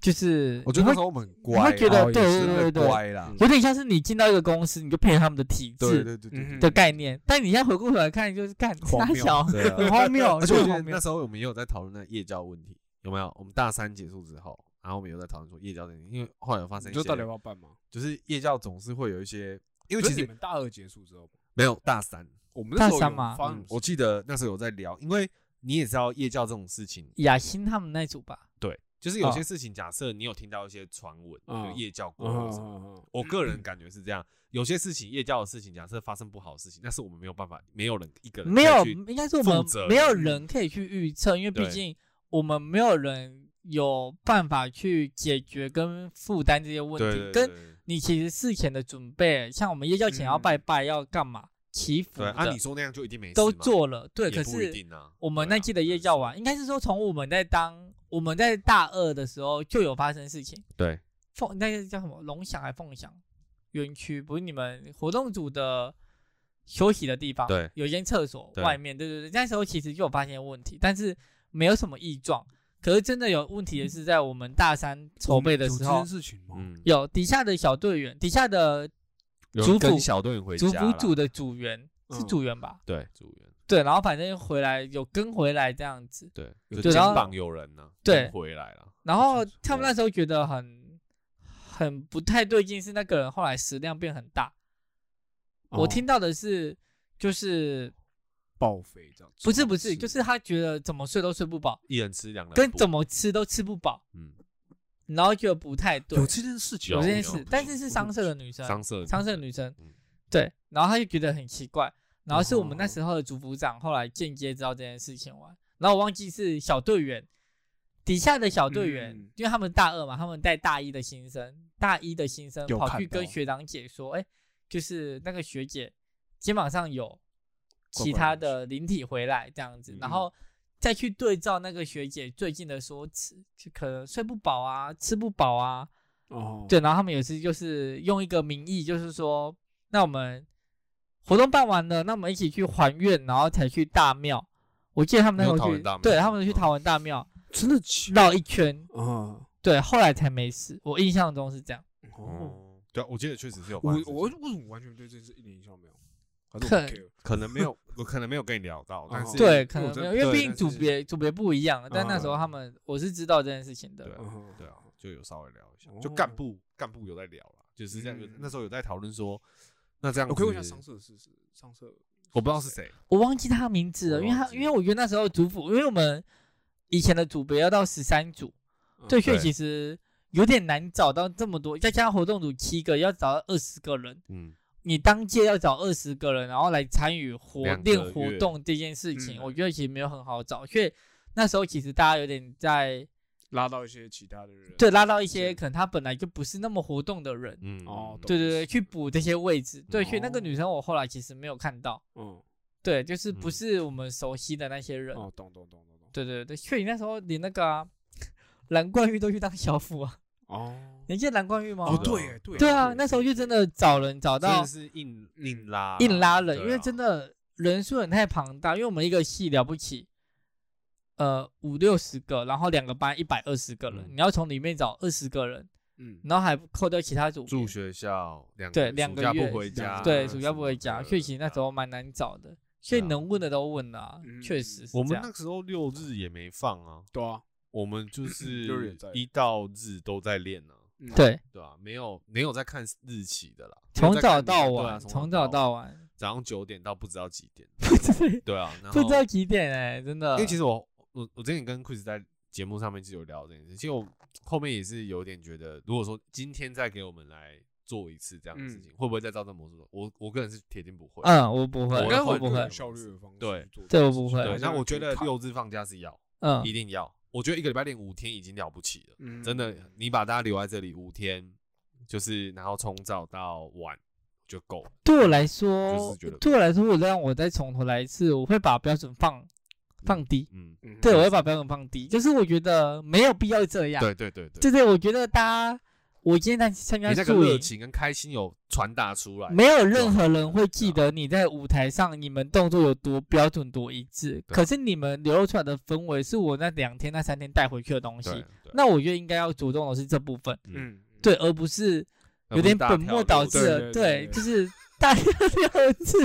S3: 就是
S1: 我觉得那
S3: 你会
S1: 时候我们很
S3: 你
S1: 乖啊
S3: 会
S1: 啦，
S3: 觉得
S2: 哦也
S3: 对
S2: 是
S1: 真
S3: 对对对
S1: 的
S3: 对，
S1: 乖啦。
S3: 有点像是你进到一个公司，你就配合他们的体
S1: 对
S3: 制
S1: 对对对对
S2: 嗯
S3: 的概念，但你现在回过头来看，就是干
S2: 荒
S3: 傻
S2: 谬
S3: 小，
S1: 对啊
S3: 很荒谬，
S1: 而且我觉
S3: 很
S1: 得
S3: 荒
S1: 那
S3: 谬。
S1: 时候我们也有在讨论那夜教问题，有没有？我们大三结束之后，然后我们有在讨论说夜教的问题，因为后来有发生一
S2: 你就
S1: 些，
S2: 到底要不要办吗？
S1: 就是夜教总是会有一些，因
S2: 因
S1: 为其
S2: 你
S1: 实
S2: 们大二结束之后，
S1: 没有大三，
S2: 我们那时候
S3: 大
S2: 有
S3: 三嘛
S2: 发
S1: 嗯，我记得那时候有在聊，因为你也知道夜教这种事情，
S3: 雅欣他们那组吧，
S1: 对，就是有
S3: 哦
S1: 些事情，假设你有听到一些传闻，
S2: 嗯
S1: 有夜教过或者什么。
S2: 嗯，
S1: 我个人感觉是这样，有些事情夜教的事情，假设发生不好的事情，那是我们没有办法，没有人一个人
S3: 没
S1: 可以
S3: 有，
S1: 去
S3: 应该是我们
S1: 负责
S3: 没有
S1: 任
S3: 人可以去预测，因为毕
S1: 对
S3: 竟我们没有人有办法去解决跟负担这些问
S1: 对
S3: 题，
S1: 对
S3: 跟
S1: 对
S3: 你其实事前的准备，像我们要前要拜
S2: 嗯
S3: 拜要干嘛祈福
S1: 对
S3: 的、
S1: 啊，你说那样就一定没事
S3: 都
S1: 吗，
S3: 做了，对，
S1: 也
S3: 可
S1: 不一
S3: 是
S1: 定啊。
S3: 我们
S1: 对
S3: 那
S1: 啊
S3: 届的夜教完，应该是说从我们在当我们在大二的时候就有发生事情，
S1: 对
S3: 凤那个叫什么龙翔还凤翔园区，不是你们活动组的休息的地方，
S1: 对
S3: 有一间厕所
S1: 对
S3: 外面，对对对，那时候其实就有发现问题，但是没有什么异状。可是真的有问题的是，在我们大三筹备的时
S2: 有这
S3: 候
S2: 件，事情吗？
S1: 嗯，
S3: 有底下的小队员，底下的
S1: 有
S3: 族
S1: 跟
S3: 谱
S1: 小队员回
S3: 主
S1: 家
S3: 辅
S1: 啦，
S3: 组的组员是
S2: 嗯
S3: 组员吧？
S1: 对组员，
S3: 对，然后反正回来有跟回来这样子，
S1: 对，
S2: 有
S1: 就
S3: 对
S1: 肩
S3: 然后
S1: 膀有人呢，
S3: 对
S1: 跟回来了，
S3: 然后他们
S1: 哦
S3: 那时候觉得很很不太对劲，是那个人后来食量变很大。我
S2: 哦
S3: 听到的是，就是
S2: 报废这样子，
S3: 不是不是，就是是他觉得怎么睡都睡不饱，
S1: 一人吃两人
S3: 跟
S1: 补
S3: 怎么吃都吃不饱，
S1: 嗯
S3: 然后觉得不太对
S2: 有，这件事情，
S3: 有这件
S1: 有
S3: 事。但是是商社的女生，
S1: 商社
S3: 商社的女生
S1: 嗯，
S3: 对，然后他就觉得很奇怪。然后是我们那
S2: 哦
S3: 时候的组组长后来间接知道这件事情完，然后我忘记是小队员底下的小队员，
S2: 嗯
S3: 因为他们大二嘛，他们带大一的新生，大一的新生
S2: 有
S3: 跑
S2: 看
S3: 去跟
S2: 到
S3: 学长姐说，哎，就是那个学姐肩膀上有
S2: 怪
S3: 其
S2: 怪
S3: 他
S2: 的东
S3: 的灵体回来这样子，
S2: 嗯
S3: 然后再去对照那个学姐最近的说辞，就可能睡不饱啊，吃不饱啊，
S2: 哦，
S3: 对，然后他们有一次就是用一个名义，就是说，那我们活动办完了，那我们一起去还愿，然后才去大庙。我记得他们那
S1: 你
S3: 时
S1: 说
S3: 候
S1: 桃
S3: 去
S1: 园大，庙
S3: 对他们
S1: 嗯
S3: 去桃园大庙
S2: 真的假
S3: 绕一圈，
S2: 啊？
S3: 对，后来才没事。我印象中是这样，
S2: 哦，
S1: 哦，对啊，我记得确实是有发
S2: 我
S1: 生这
S2: 我
S1: 种
S2: 为
S1: 事情，
S2: 什么完全对这件事一点印象没有？还是我
S3: 可
S2: 不 care
S1: 可能没 有，我可能没有跟你聊到，但
S2: 哦
S1: 是
S3: 对，
S2: 因
S3: 可
S2: 为我
S3: 能
S2: 真
S3: 没有，
S2: 的
S3: 因为
S1: 对
S3: 毕竟
S1: 但
S3: 组
S1: 是
S3: 别组别不一样。但那时候
S1: 嗯
S3: 他们，我是知道这件事情的
S1: 对。
S2: 嗯哼
S1: 对啊，就有稍微聊一下
S2: 哦，
S1: 就干部干部有在聊啦，就是这样，有
S2: 嗯
S1: 那时候有在讨论说，那这样
S2: 我可以问一下
S1: 子
S2: 上色是是上色，
S1: 我不知道是谁，
S3: 我忘记他名字了，
S1: 我
S3: 因为他
S1: 忘记
S3: 因为我觉得那时候组辅，因为我们以前的组别要到十三组，
S2: 嗯
S3: 对，所以
S1: 对
S3: 其实有点难找到这么多，再加上活动组七个，要找到二十个人，
S1: 嗯，
S3: 你当届要找二十个人，然后来参与活
S1: 两个
S3: 练活
S1: 月
S3: 动这件事情，
S2: 嗯
S3: 我觉得其实没有很好找，所以那时候其实大家有点在
S2: 拉到一些其他的人，
S3: 对拉到一些
S2: 是
S3: 可能他本来就不是那么活动的人，
S1: 嗯
S2: 哦懂
S3: 对对对，去补这些位置，对，所以那个
S2: 哦
S3: 女生我后来其实没有看到，
S2: 嗯，
S3: 对，就是不
S1: 嗯
S3: 是我们熟悉的那些人，
S2: 哦，懂懂懂懂懂，
S3: 对对对，所以那时候连那个啊。蓝冠玉都去当小辅啊，
S2: 哦，
S3: 你记得蓝冠玉吗？
S2: 哦，
S1: 对
S2: 对
S1: 啊
S2: 耶对耶
S3: 对啊，
S2: 耶
S3: 那时候就真
S2: 对
S3: 的找人找
S1: 真
S3: 到
S1: 的是硬硬拉
S3: 硬拉人，
S1: 对
S3: 因为
S1: 啊
S3: 真的人数很太庞大，因为我们一个系了不起，呃五六十个，然后两个班一百二十个人，
S1: 嗯
S3: 你要从里面找二十个人，
S2: 嗯，
S3: 然后还扣掉其他组别
S1: 住学校两
S3: 对两
S1: 暑
S3: 个
S1: 假
S3: 月
S1: 不回家，
S3: 对
S2: 啊
S3: 暑假不回家，所以其实那时
S1: 候。
S3: 候蛮难找的，所以
S1: 啊对啊
S3: 能问的都问了啊、
S2: 嗯
S3: 确实是
S1: 我
S3: 这
S1: 们那
S3: 样。
S1: 时候六日也没放啊，
S2: 对啊，
S1: 我们就
S2: 六日也
S1: 是
S2: 在
S1: 一到日都在练啊，
S2: 嗯，
S3: 对，
S1: 对啊，没有没有在看日期的啦，没有
S3: 从
S1: 在
S3: 早
S1: 看
S3: 到
S1: 日对啊
S3: 晚，从
S1: 早
S3: 早到 晚，
S1: 早上九点到不知道几点，
S3: 不知
S1: 对啊，然
S3: 不知道
S1: 后
S3: 几点哎、真的。
S1: 因为其实我我我之前跟 Chris 在节目上面是有聊这件事，其实我后面也是有点觉得，如果说今天再给我们来做一次这样的事情，会不会再照这模式做？我我个人是铁定不会。
S3: 嗯，我不会，
S1: 我
S2: 应
S1: 应
S2: 该
S1: 该
S3: 我
S1: 会
S2: 会
S3: 不
S1: 有
S3: 会
S2: 有，效率的方式
S1: 对
S2: 去做
S3: 这
S2: 件
S3: 我
S2: 事
S3: 不
S2: 情
S3: 会
S1: 对，那我觉得，
S2: 好像
S1: 六日放假是要，
S3: 嗯
S1: 一定要。我觉得一个礼拜练五天已经了不起了，
S2: 嗯
S1: 真的，你把大家留在这里五天，就是然后从早到晚就够了。
S3: 对我来说
S1: 就是觉得，
S3: 对我来说，我让我再从头来一次，我会把标准放放低。
S1: 嗯，
S2: 嗯
S3: 对，我会把标准放低，就是我觉得没有必要这样。
S1: 对对对对，
S3: 对对，我觉得大家，我今天在参
S1: 你
S3: 加
S1: 那个
S3: 宿
S1: 热
S3: 营，
S1: 情跟开心有传达出来，
S3: 没有任何人会记
S1: 对啊嗯
S3: 得你在舞台上你们动作有多标准、多一致。
S1: 对
S3: 可是你们流露出来的氛围，是我那两天、那三天带回去的东
S1: 对
S3: 西。，
S1: 对
S3: 那我觉得应该要着重的是这部分，
S1: 嗯，
S2: 嗯，
S3: 对，而不是
S1: 那呃不
S3: 有
S1: 是
S3: 点
S1: 大
S3: 本
S1: 跳
S3: 末
S1: 路
S3: 倒置
S1: 对
S3: 的。
S2: 对对对
S3: 对，就是大家要 致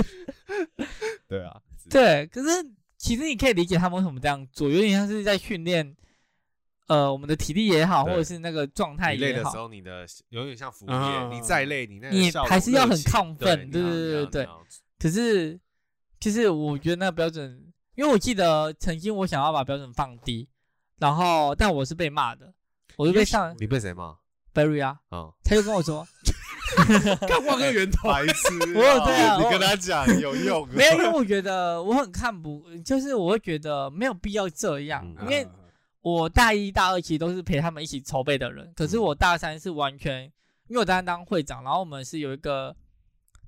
S1: 对啊，是
S3: 对，可是其实你可以理解他们为什么这样做，有点像是在训练，呃，我们的体力也好，或
S1: 对
S3: 者是那个状态
S1: 你累
S3: 也
S1: 的时
S3: 好，嗯
S1: 候，你的有点像服务
S2: 啊
S1: 业，你再累，你那个
S3: 你
S1: 笑容
S3: 还是要
S1: 热
S3: 很
S1: 情
S3: 亢
S1: 对
S3: 奋对
S1: 你要
S3: 对
S1: 你要
S3: 对对
S1: 你要
S3: 可是就是我觉得那个标准，因为我记得曾经我想要把标准放低，然后但我是被骂的，我就被上
S1: 你被谁骂？
S3: Barry 啊，
S1: 啊，
S3: 他就跟 我说
S2: 看挖个源头，
S1: 白痴
S3: 我有 对啊
S1: 哦你
S3: 我
S1: 跟他讲有用
S3: 没有，因为我觉得我很看不，就是我会觉得没有必要这样，
S1: 嗯
S3: 因为
S2: 啊
S3: 我大一、大二其实都是陪他们一起筹备的人，可是
S1: 嗯
S3: 我大三是完全，因为我大三当会长，然后我们是有一个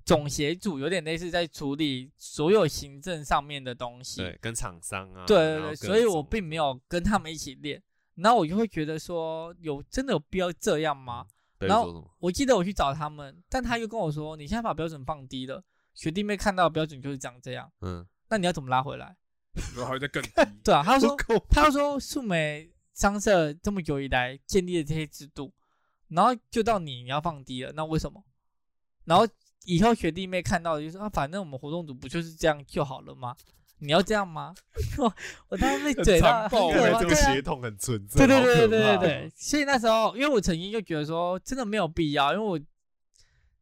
S3: 总协助，有点类似在处理所有行政上面的东西。
S1: 对，跟厂商啊，
S3: 对
S1: 然
S3: 对
S1: 后
S3: 对，
S1: 各
S3: 所以我
S1: 种
S3: 并没有跟他们一起练，然后我就会觉得说，有真的有必要这样吗？
S1: 对
S3: 然
S1: 你
S3: 后
S1: 说什么
S3: 我记得我去找他们，但他又跟我说，你现在把标准放低了，学弟妹看到的标准就是长这样，
S1: 嗯，
S3: 那你要怎么拉回来？。
S2: 然后还在更低
S3: 对啊，他说
S1: 够
S3: 他说素梅商社这么久以来建立的这些制度，然后就到你你要放低了，那为什么？然后以后学弟妹看到的就说啊，反正我们活动组不就是这样就好了吗？你要这样吗？ 我我当时被
S2: 很
S3: 嘴到
S2: 残
S3: 很
S2: 暴
S3: 可
S2: 欸
S3: 怕
S1: 这
S3: 对
S1: 个
S3: 啊
S1: 协同很纯正，
S3: 对对
S1: 好
S3: 对
S1: 可
S3: 对对对
S1: 怕
S3: 对，所以那时候，因为我曾经就觉得说，真的没有必要，因为我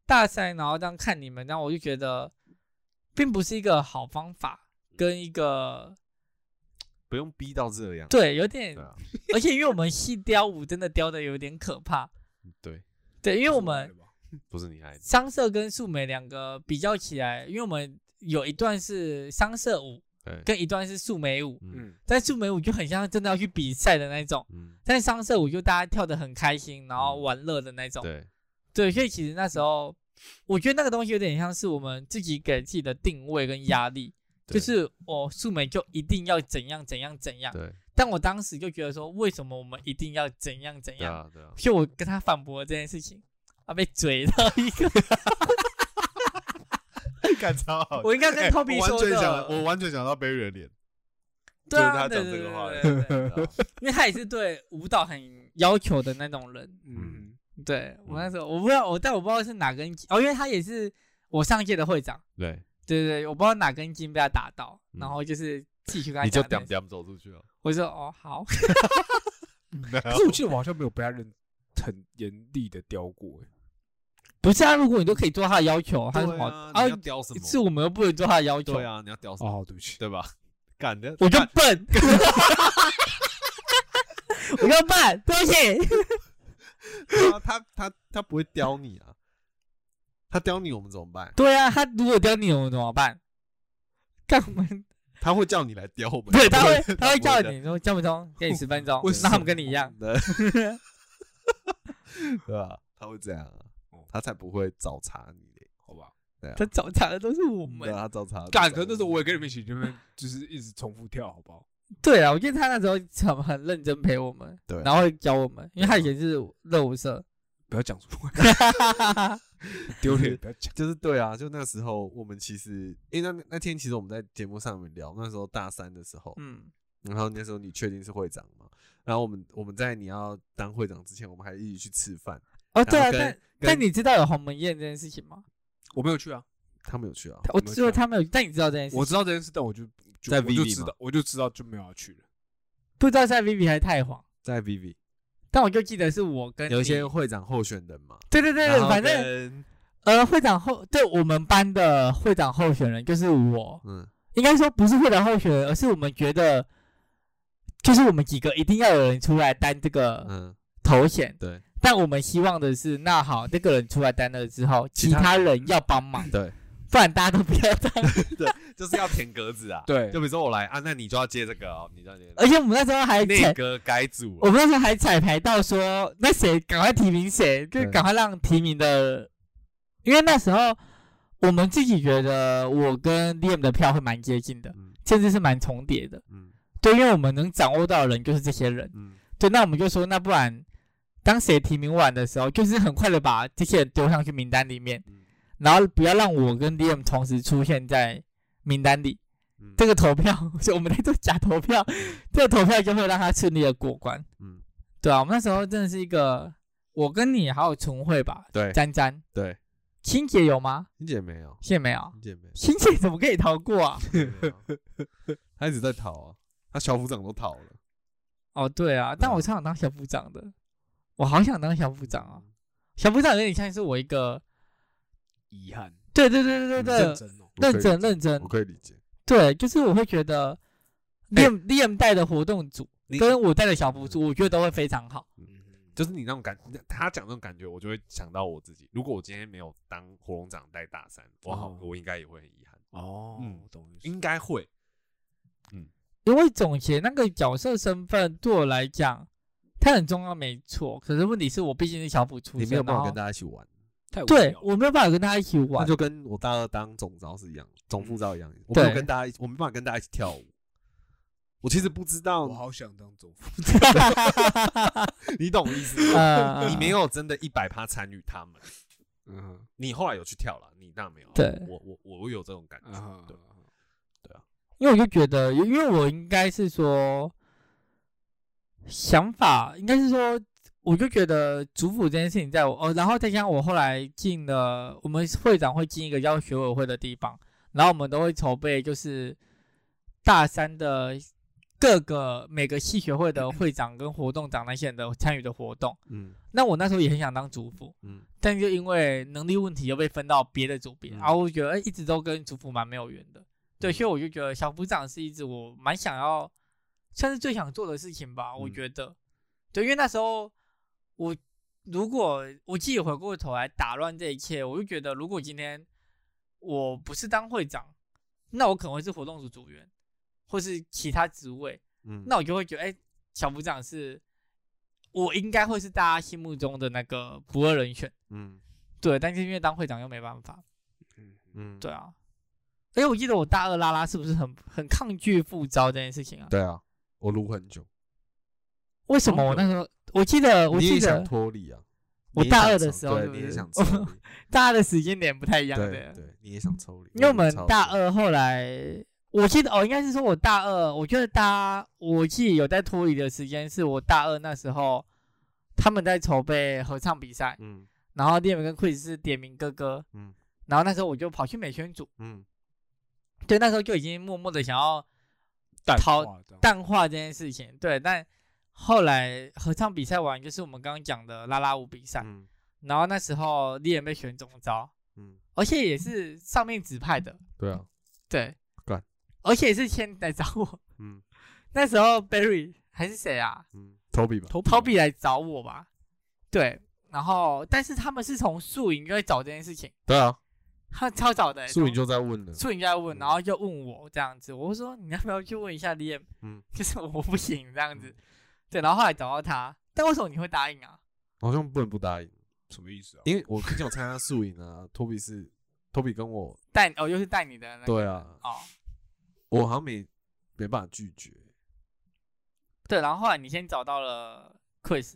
S3: 大三，然后这样看你们，然后我就觉得，并不是一个好方法，跟一个
S1: 不用逼到这样。
S3: 对有点
S1: 对，啊，
S3: 而且因为我们系雕舞真的雕的有点可怕，
S1: 对，
S3: 对，因为我
S2: 是
S3: 们
S2: 吧
S1: 不是你孩子，
S3: 商社跟素美两个比较起来，因为我们有一段是商社舞，
S1: 对，
S3: 跟一段是素美舞，
S1: 嗯
S2: 嗯，
S3: 但素美舞就很像真的要去比赛的那种，
S1: 嗯，
S3: 但是商社舞就大家跳的很开心，然后玩乐的那种。
S1: 对，
S3: 嗯对，所以其实那时候，我觉得那个东西有点像是我们自己给自己的定位跟压力，就
S1: 对
S3: 是哎我素美就一定要怎样怎样怎样。
S1: 对，
S3: 但我当时就觉得说，为什么我们一定要怎样怎
S1: 对
S3: 样？
S1: 啊，对啊，
S3: 所以我跟他反驳了这件事情，啊，被嘴到一个，
S1: 干超好。
S3: 我应该跟 Toby
S1: 完
S3: 说
S1: 全想，
S3: 的，
S1: 哎我完全想到 Barry 的脸，就
S3: 对
S1: 是
S3: 啊，
S1: 他
S3: 对
S1: 讲
S3: 对
S1: 这
S3: 对
S1: 个话
S3: 对
S1: 的
S3: 对对
S1: 对
S3: 对
S1: 啊
S3: 因为他也是对舞蹈很要求的那种人。
S2: 嗯，
S3: 对我那时候我不知道，我但我不知道是哪根筋哦，因为他也是我上届的会长。
S1: 对，
S3: 对对对，我不知道哪根筋被他打到，
S1: 嗯
S3: 然后就是继续跟他
S1: 你就
S3: 讲这
S1: 点
S3: 件事
S1: 点走出去了。
S3: 我就说哦 好，
S2: 可是我记得我好像没有被他认很严厉的雕过，欸
S3: 不是啊，如果你都可以做他的要求，他有什
S1: 对
S3: 么
S1: 啊，你要雕什么？
S3: 是我们又不能做他的要求，
S1: 对啊，你要雕什么？
S2: 哦，对不起，
S1: 对吧？干的，
S3: 我就
S1: 干
S3: 笨，我就笨，对不起，
S1: 对啊他他他不会雕你啊，他雕你我们怎么办？
S3: 对啊，他如果刁你，我们怎么办？干我们
S1: 他会叫你来雕我们，
S3: 对，他会他会
S1: 不
S3: 叫
S1: 雕
S3: 你说姜文忠给你十分钟
S1: 为，什
S3: 让
S1: 么
S3: 他们跟你 一样，
S1: 的，对吧？他会这样啊，
S2: 哦
S1: 他才不会找茬你嘞。啊
S2: 好吧。
S3: 他找茬的都是我们
S1: 对。啊，他找茬。
S2: 干，可是那时候我也跟你们一起，这边就是一直重复跳，好不好？
S3: 对啊，我记得他那时候很很认真陪我们，
S1: 对啊
S3: 然后会教我们，因为他以前是热舞社，
S2: 不要讲出来，
S3: 哈哈哈 哈
S2: 丢脸，不要讲。
S1: 就是对啊，就那时候我们其实，因为那那天其实我们在节目上面聊，那时候大三的时候，
S3: 嗯，
S1: 然后那时候你确定是会长嘛？然后我们我们在你要当会长之前，我们还一起去吃饭，
S3: 哦，对啊，
S1: 然后跟
S3: 但
S1: 跟
S3: 但你知道有鸿门宴这件事情吗？
S2: 我没有去啊，
S1: 他们有去啊？
S3: 我
S2: 没有
S3: 知道
S2: 去啊
S3: 他没有，但你知道这件事
S2: 我
S3: 情，
S2: 知道这件事，但我就就
S1: 在
S2: 我就
S1: VV
S2: 知
S1: 吗
S2: 道，我就知道就没有要去了。
S3: 不知道是在 Vivi 还是太皇，
S1: 在 Vivi
S3: 但我就记得是我跟
S1: 有一些
S3: 你
S1: 会长候选人嘛，
S3: 对对对对，
S1: 然后
S3: 反正
S1: 跟
S3: 呃会长候对我们班的会长候选人就是我，
S1: 嗯
S3: 应该说不是会长候选人，而是我们觉得就是我们几个一定要有人出来担这个
S1: 嗯
S3: 头衔，
S1: 对
S3: 但我们希望的是，那好，这个人出来担了之后，其
S1: 其他
S3: 他人要帮忙，
S1: 对，
S3: 不然大家都不要担。
S1: 就是要填格子 啊。
S2: 对
S1: 就比如说我来啊，那你就要接这个哦，你就要接这个
S3: 而且我们那时候还
S1: 内
S3: 采，
S1: 阁改组
S3: 我，们那时候还彩排到说，那谁赶快提名谁，就
S1: 对
S3: 赶快让提名的，因为那时候我们自己觉得我跟 Liam 的票会蛮接近的，
S1: 嗯
S3: 甚至是蛮重叠的。
S1: 嗯
S3: 对，因为我们能掌握到的人就是这些人。
S1: 嗯，
S3: 对，那我们就说，那不然当谁提名完的时候，就是很快的把这些人丢上去名单里面，
S1: 嗯
S3: 然后不要让我跟 Liam 同时出现在名单里。
S1: 嗯
S3: 这个投票， 就我们在做假投票，这个投票就会让他顺利的过关。
S1: 嗯
S3: 对啊，我们那时候真的是一个，我跟你还有纯慧吧，
S1: 对
S3: 詹詹，
S1: 对，
S3: 欣姐有吗？
S1: 你姐没有，
S3: 谢没有，
S1: 你姐 没有
S3: 欣姐怎么可以逃过啊？
S1: 对啊他一直在逃啊，他小组长都逃了。
S3: 哦，对啊，但我超想当小部长的，我好想当小部长啊！小部长有点像是我一个，
S2: 遗憾，
S3: 对对对对
S1: 嗯
S3: 对
S2: 认
S3: 对，
S2: 真哦，
S1: 我可以
S3: 认真嗯
S1: 理解
S3: 认真
S1: 我可以理解。
S3: 对，就是我会觉得
S1: 哎
S3: Liam Liam 带的活动组
S1: 你
S3: 跟我带的小部组，我觉得都会非常好。
S2: 嗯
S1: 就是你那种感，他讲那种感觉，我就会想到我自己。如果我今天没有当火龙长带大三，我好，
S2: 哦
S1: 我应该也会很遗憾，
S2: 哦
S1: 嗯
S2: 懂意思
S1: 应该会。嗯，
S3: 因为总结那个角色身份对我来讲，它很重要，没错。可是问题是我毕竟是小普出
S1: 你
S3: 身，
S1: 没有办法
S3: 然后
S1: 跟大家一起玩，
S4: 太无
S3: 对
S4: 聊了
S3: 我没有办法跟他一起
S1: 那
S3: 玩，嗯
S1: 就跟我大二当总招是一样，总副招一样，我没有
S3: 对
S1: 跟大家一起，我没办法跟大家一起跳舞。我其实不知道
S2: 我，好想当总副，
S1: 你懂我意思吗？
S3: 呃，
S1: 你没有真的一百趴参与他们，
S2: 嗯
S1: 你后来有去跳了，你那没有。啊
S3: 对嗯
S1: 我我我我有这种感觉，
S2: 啊
S1: 对，
S3: 因为我就觉得，因为我应该是说想法，应该是说，我就觉得主辅这件事情在我哦，然后再加上我后来进了我们会长会进一个叫学委会的地方，然后我们都会筹备就是大三的各个每个系学会的会长跟活动长那些人的参与的活动。
S1: 嗯
S3: 那我那时候也很想当主辅，
S1: 嗯，
S3: 但就因为能力问题又被分到别的组别，
S1: 嗯
S3: 然后我觉得、哎一直都跟主辅蛮没有缘的，对，所以我就觉得小部长是一直我蛮想要，算是最想做的事情吧，我
S1: 嗯
S3: 觉得，对，因为那时候我如果我自己回过头来打乱这一切，我就觉得如果今天我不是当会长，那我可能会是活动组组员，或是其他职位，
S1: 嗯
S3: 那我就会觉得，哎、小部长是。我应该会是大家心目中的那个不二人选，
S1: 嗯
S3: 对，但是因为当会长又没办法，
S1: 嗯，
S3: 对啊。哎、我记得我大二拉拉是不是很很抗拒副招这件事情啊？
S1: 对啊，我撸很久，
S3: 为什么我那时候？我记得，我
S1: 你
S3: 记
S1: 也想
S3: 得
S1: 脱离啊。
S3: 我
S1: 你也
S3: 大
S1: 想
S3: 二的
S1: 抽
S3: 时候
S1: 对
S3: 是不
S1: 你也
S3: 是
S1: 想抽
S3: 我
S1: 离，
S3: 大二的时间点不太一样
S1: 对
S3: 的，
S1: 对，你也想抽离，
S3: 因为我们
S1: 超
S3: 大
S1: 级
S3: 二后来，我记得哦，应该是说我大二，我觉得大我记得有在脱离的时间是我大二那时候，他们在筹备合唱比赛，
S1: 嗯
S3: 然后列明跟 quiz 是点名哥哥，
S1: 嗯
S3: 然后那时候我就跑去美宣组，
S1: 嗯
S3: 对，那时候就已经默默的想要
S1: 哦
S2: 淡
S3: 逃
S2: 化这样
S3: 淡化这件事情。对，但后来合唱比赛完，就是我们刚刚讲的啦啦舞比赛，
S1: 嗯
S3: 然后那时候丽人被选总招，
S1: 嗯，
S3: 而且也是上面指派的，
S1: 对啊，
S3: 对
S1: 干，
S3: 而且是先来找我。
S1: 嗯
S3: 那时候 Barry 还是谁啊
S1: 嗯，投币吧，
S4: 投投
S3: ？Toby 来找我吧，对，然后但是他们是从宿营就会找这件事情，
S1: 对啊，
S3: 他们超早的、欸，
S1: 素影就在问了，
S3: 素影就在问，
S1: 嗯
S3: 然后就问我这样子，我就说你要不要去问一下 Liam？
S1: 嗯，
S3: 就是我不行这样子，对，然后后来找到他，但为什么你会答应啊？
S1: 好像不能不答应，哦
S2: 什么意思啊？
S1: 因为我毕竟有参加素影啊，托比是托比跟我，
S3: 带哦，又是带你的那个
S1: 对啊，
S3: 哦，
S1: 我好像没没办法拒绝，
S3: 对，然后后来你先找到了 Chris，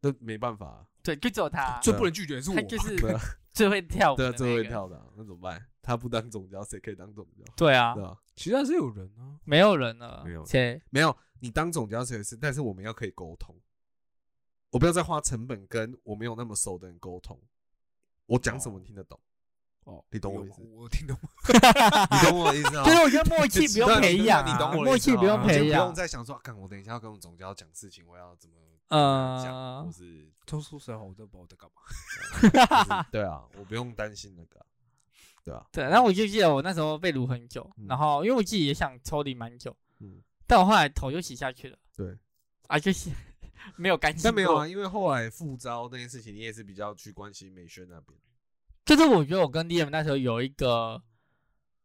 S1: 那没办法啊，
S3: 对，就只有他，
S2: 最不能拒绝的是我
S3: 他
S2: 吧，
S3: 就是
S1: 对啊
S3: 最会跳舞
S1: 对
S3: 的
S1: 啊，
S3: 那个，
S1: 这会跳的啊，那怎么办？他不当总教，谁可以当总教？
S3: 对啊
S1: 对，啊，
S2: 其他是有人啊，
S3: 没有人了，
S1: 没有
S3: 切，
S1: 没有，你当总教谁是，但是我们要可以沟通，我不要再花成本跟我没有那么熟的人沟通，我讲什么你听得懂，
S2: 哦，
S1: 你懂我意
S2: 有
S1: 思
S2: 我听懂。
S1: 你懂我的意思啊？
S3: 哦 就是我觉得默契
S1: 对
S3: 不用
S1: 你
S3: 培养
S1: 你
S3: 啊，
S1: 懂我的
S3: 默
S1: 意思
S3: 契
S1: 吗
S3: 不用
S1: 我就
S3: 培
S1: 不
S3: 养啊
S1: 用，再想说，啊看我等一下要跟我总教讲事情，我要怎么
S3: 嗯
S1: 讲，或是
S2: 他说实话，我都不知道我在干嘛。
S1: 就是对啊，我不用担心那个啊，对啊，
S3: 对，然后我就记得我那时候被撸很久，
S1: 嗯
S3: 然后因为我自己也想抽离蛮久，
S1: 嗯
S3: 但我后来头就洗下去了，
S1: 对，
S3: 啊，就洗 没有干净，
S1: 但没有啊，，因为后来复招那件事情，你也是比较去关心美宣那边，
S3: 就是我觉得我跟 Liam 那时候有一个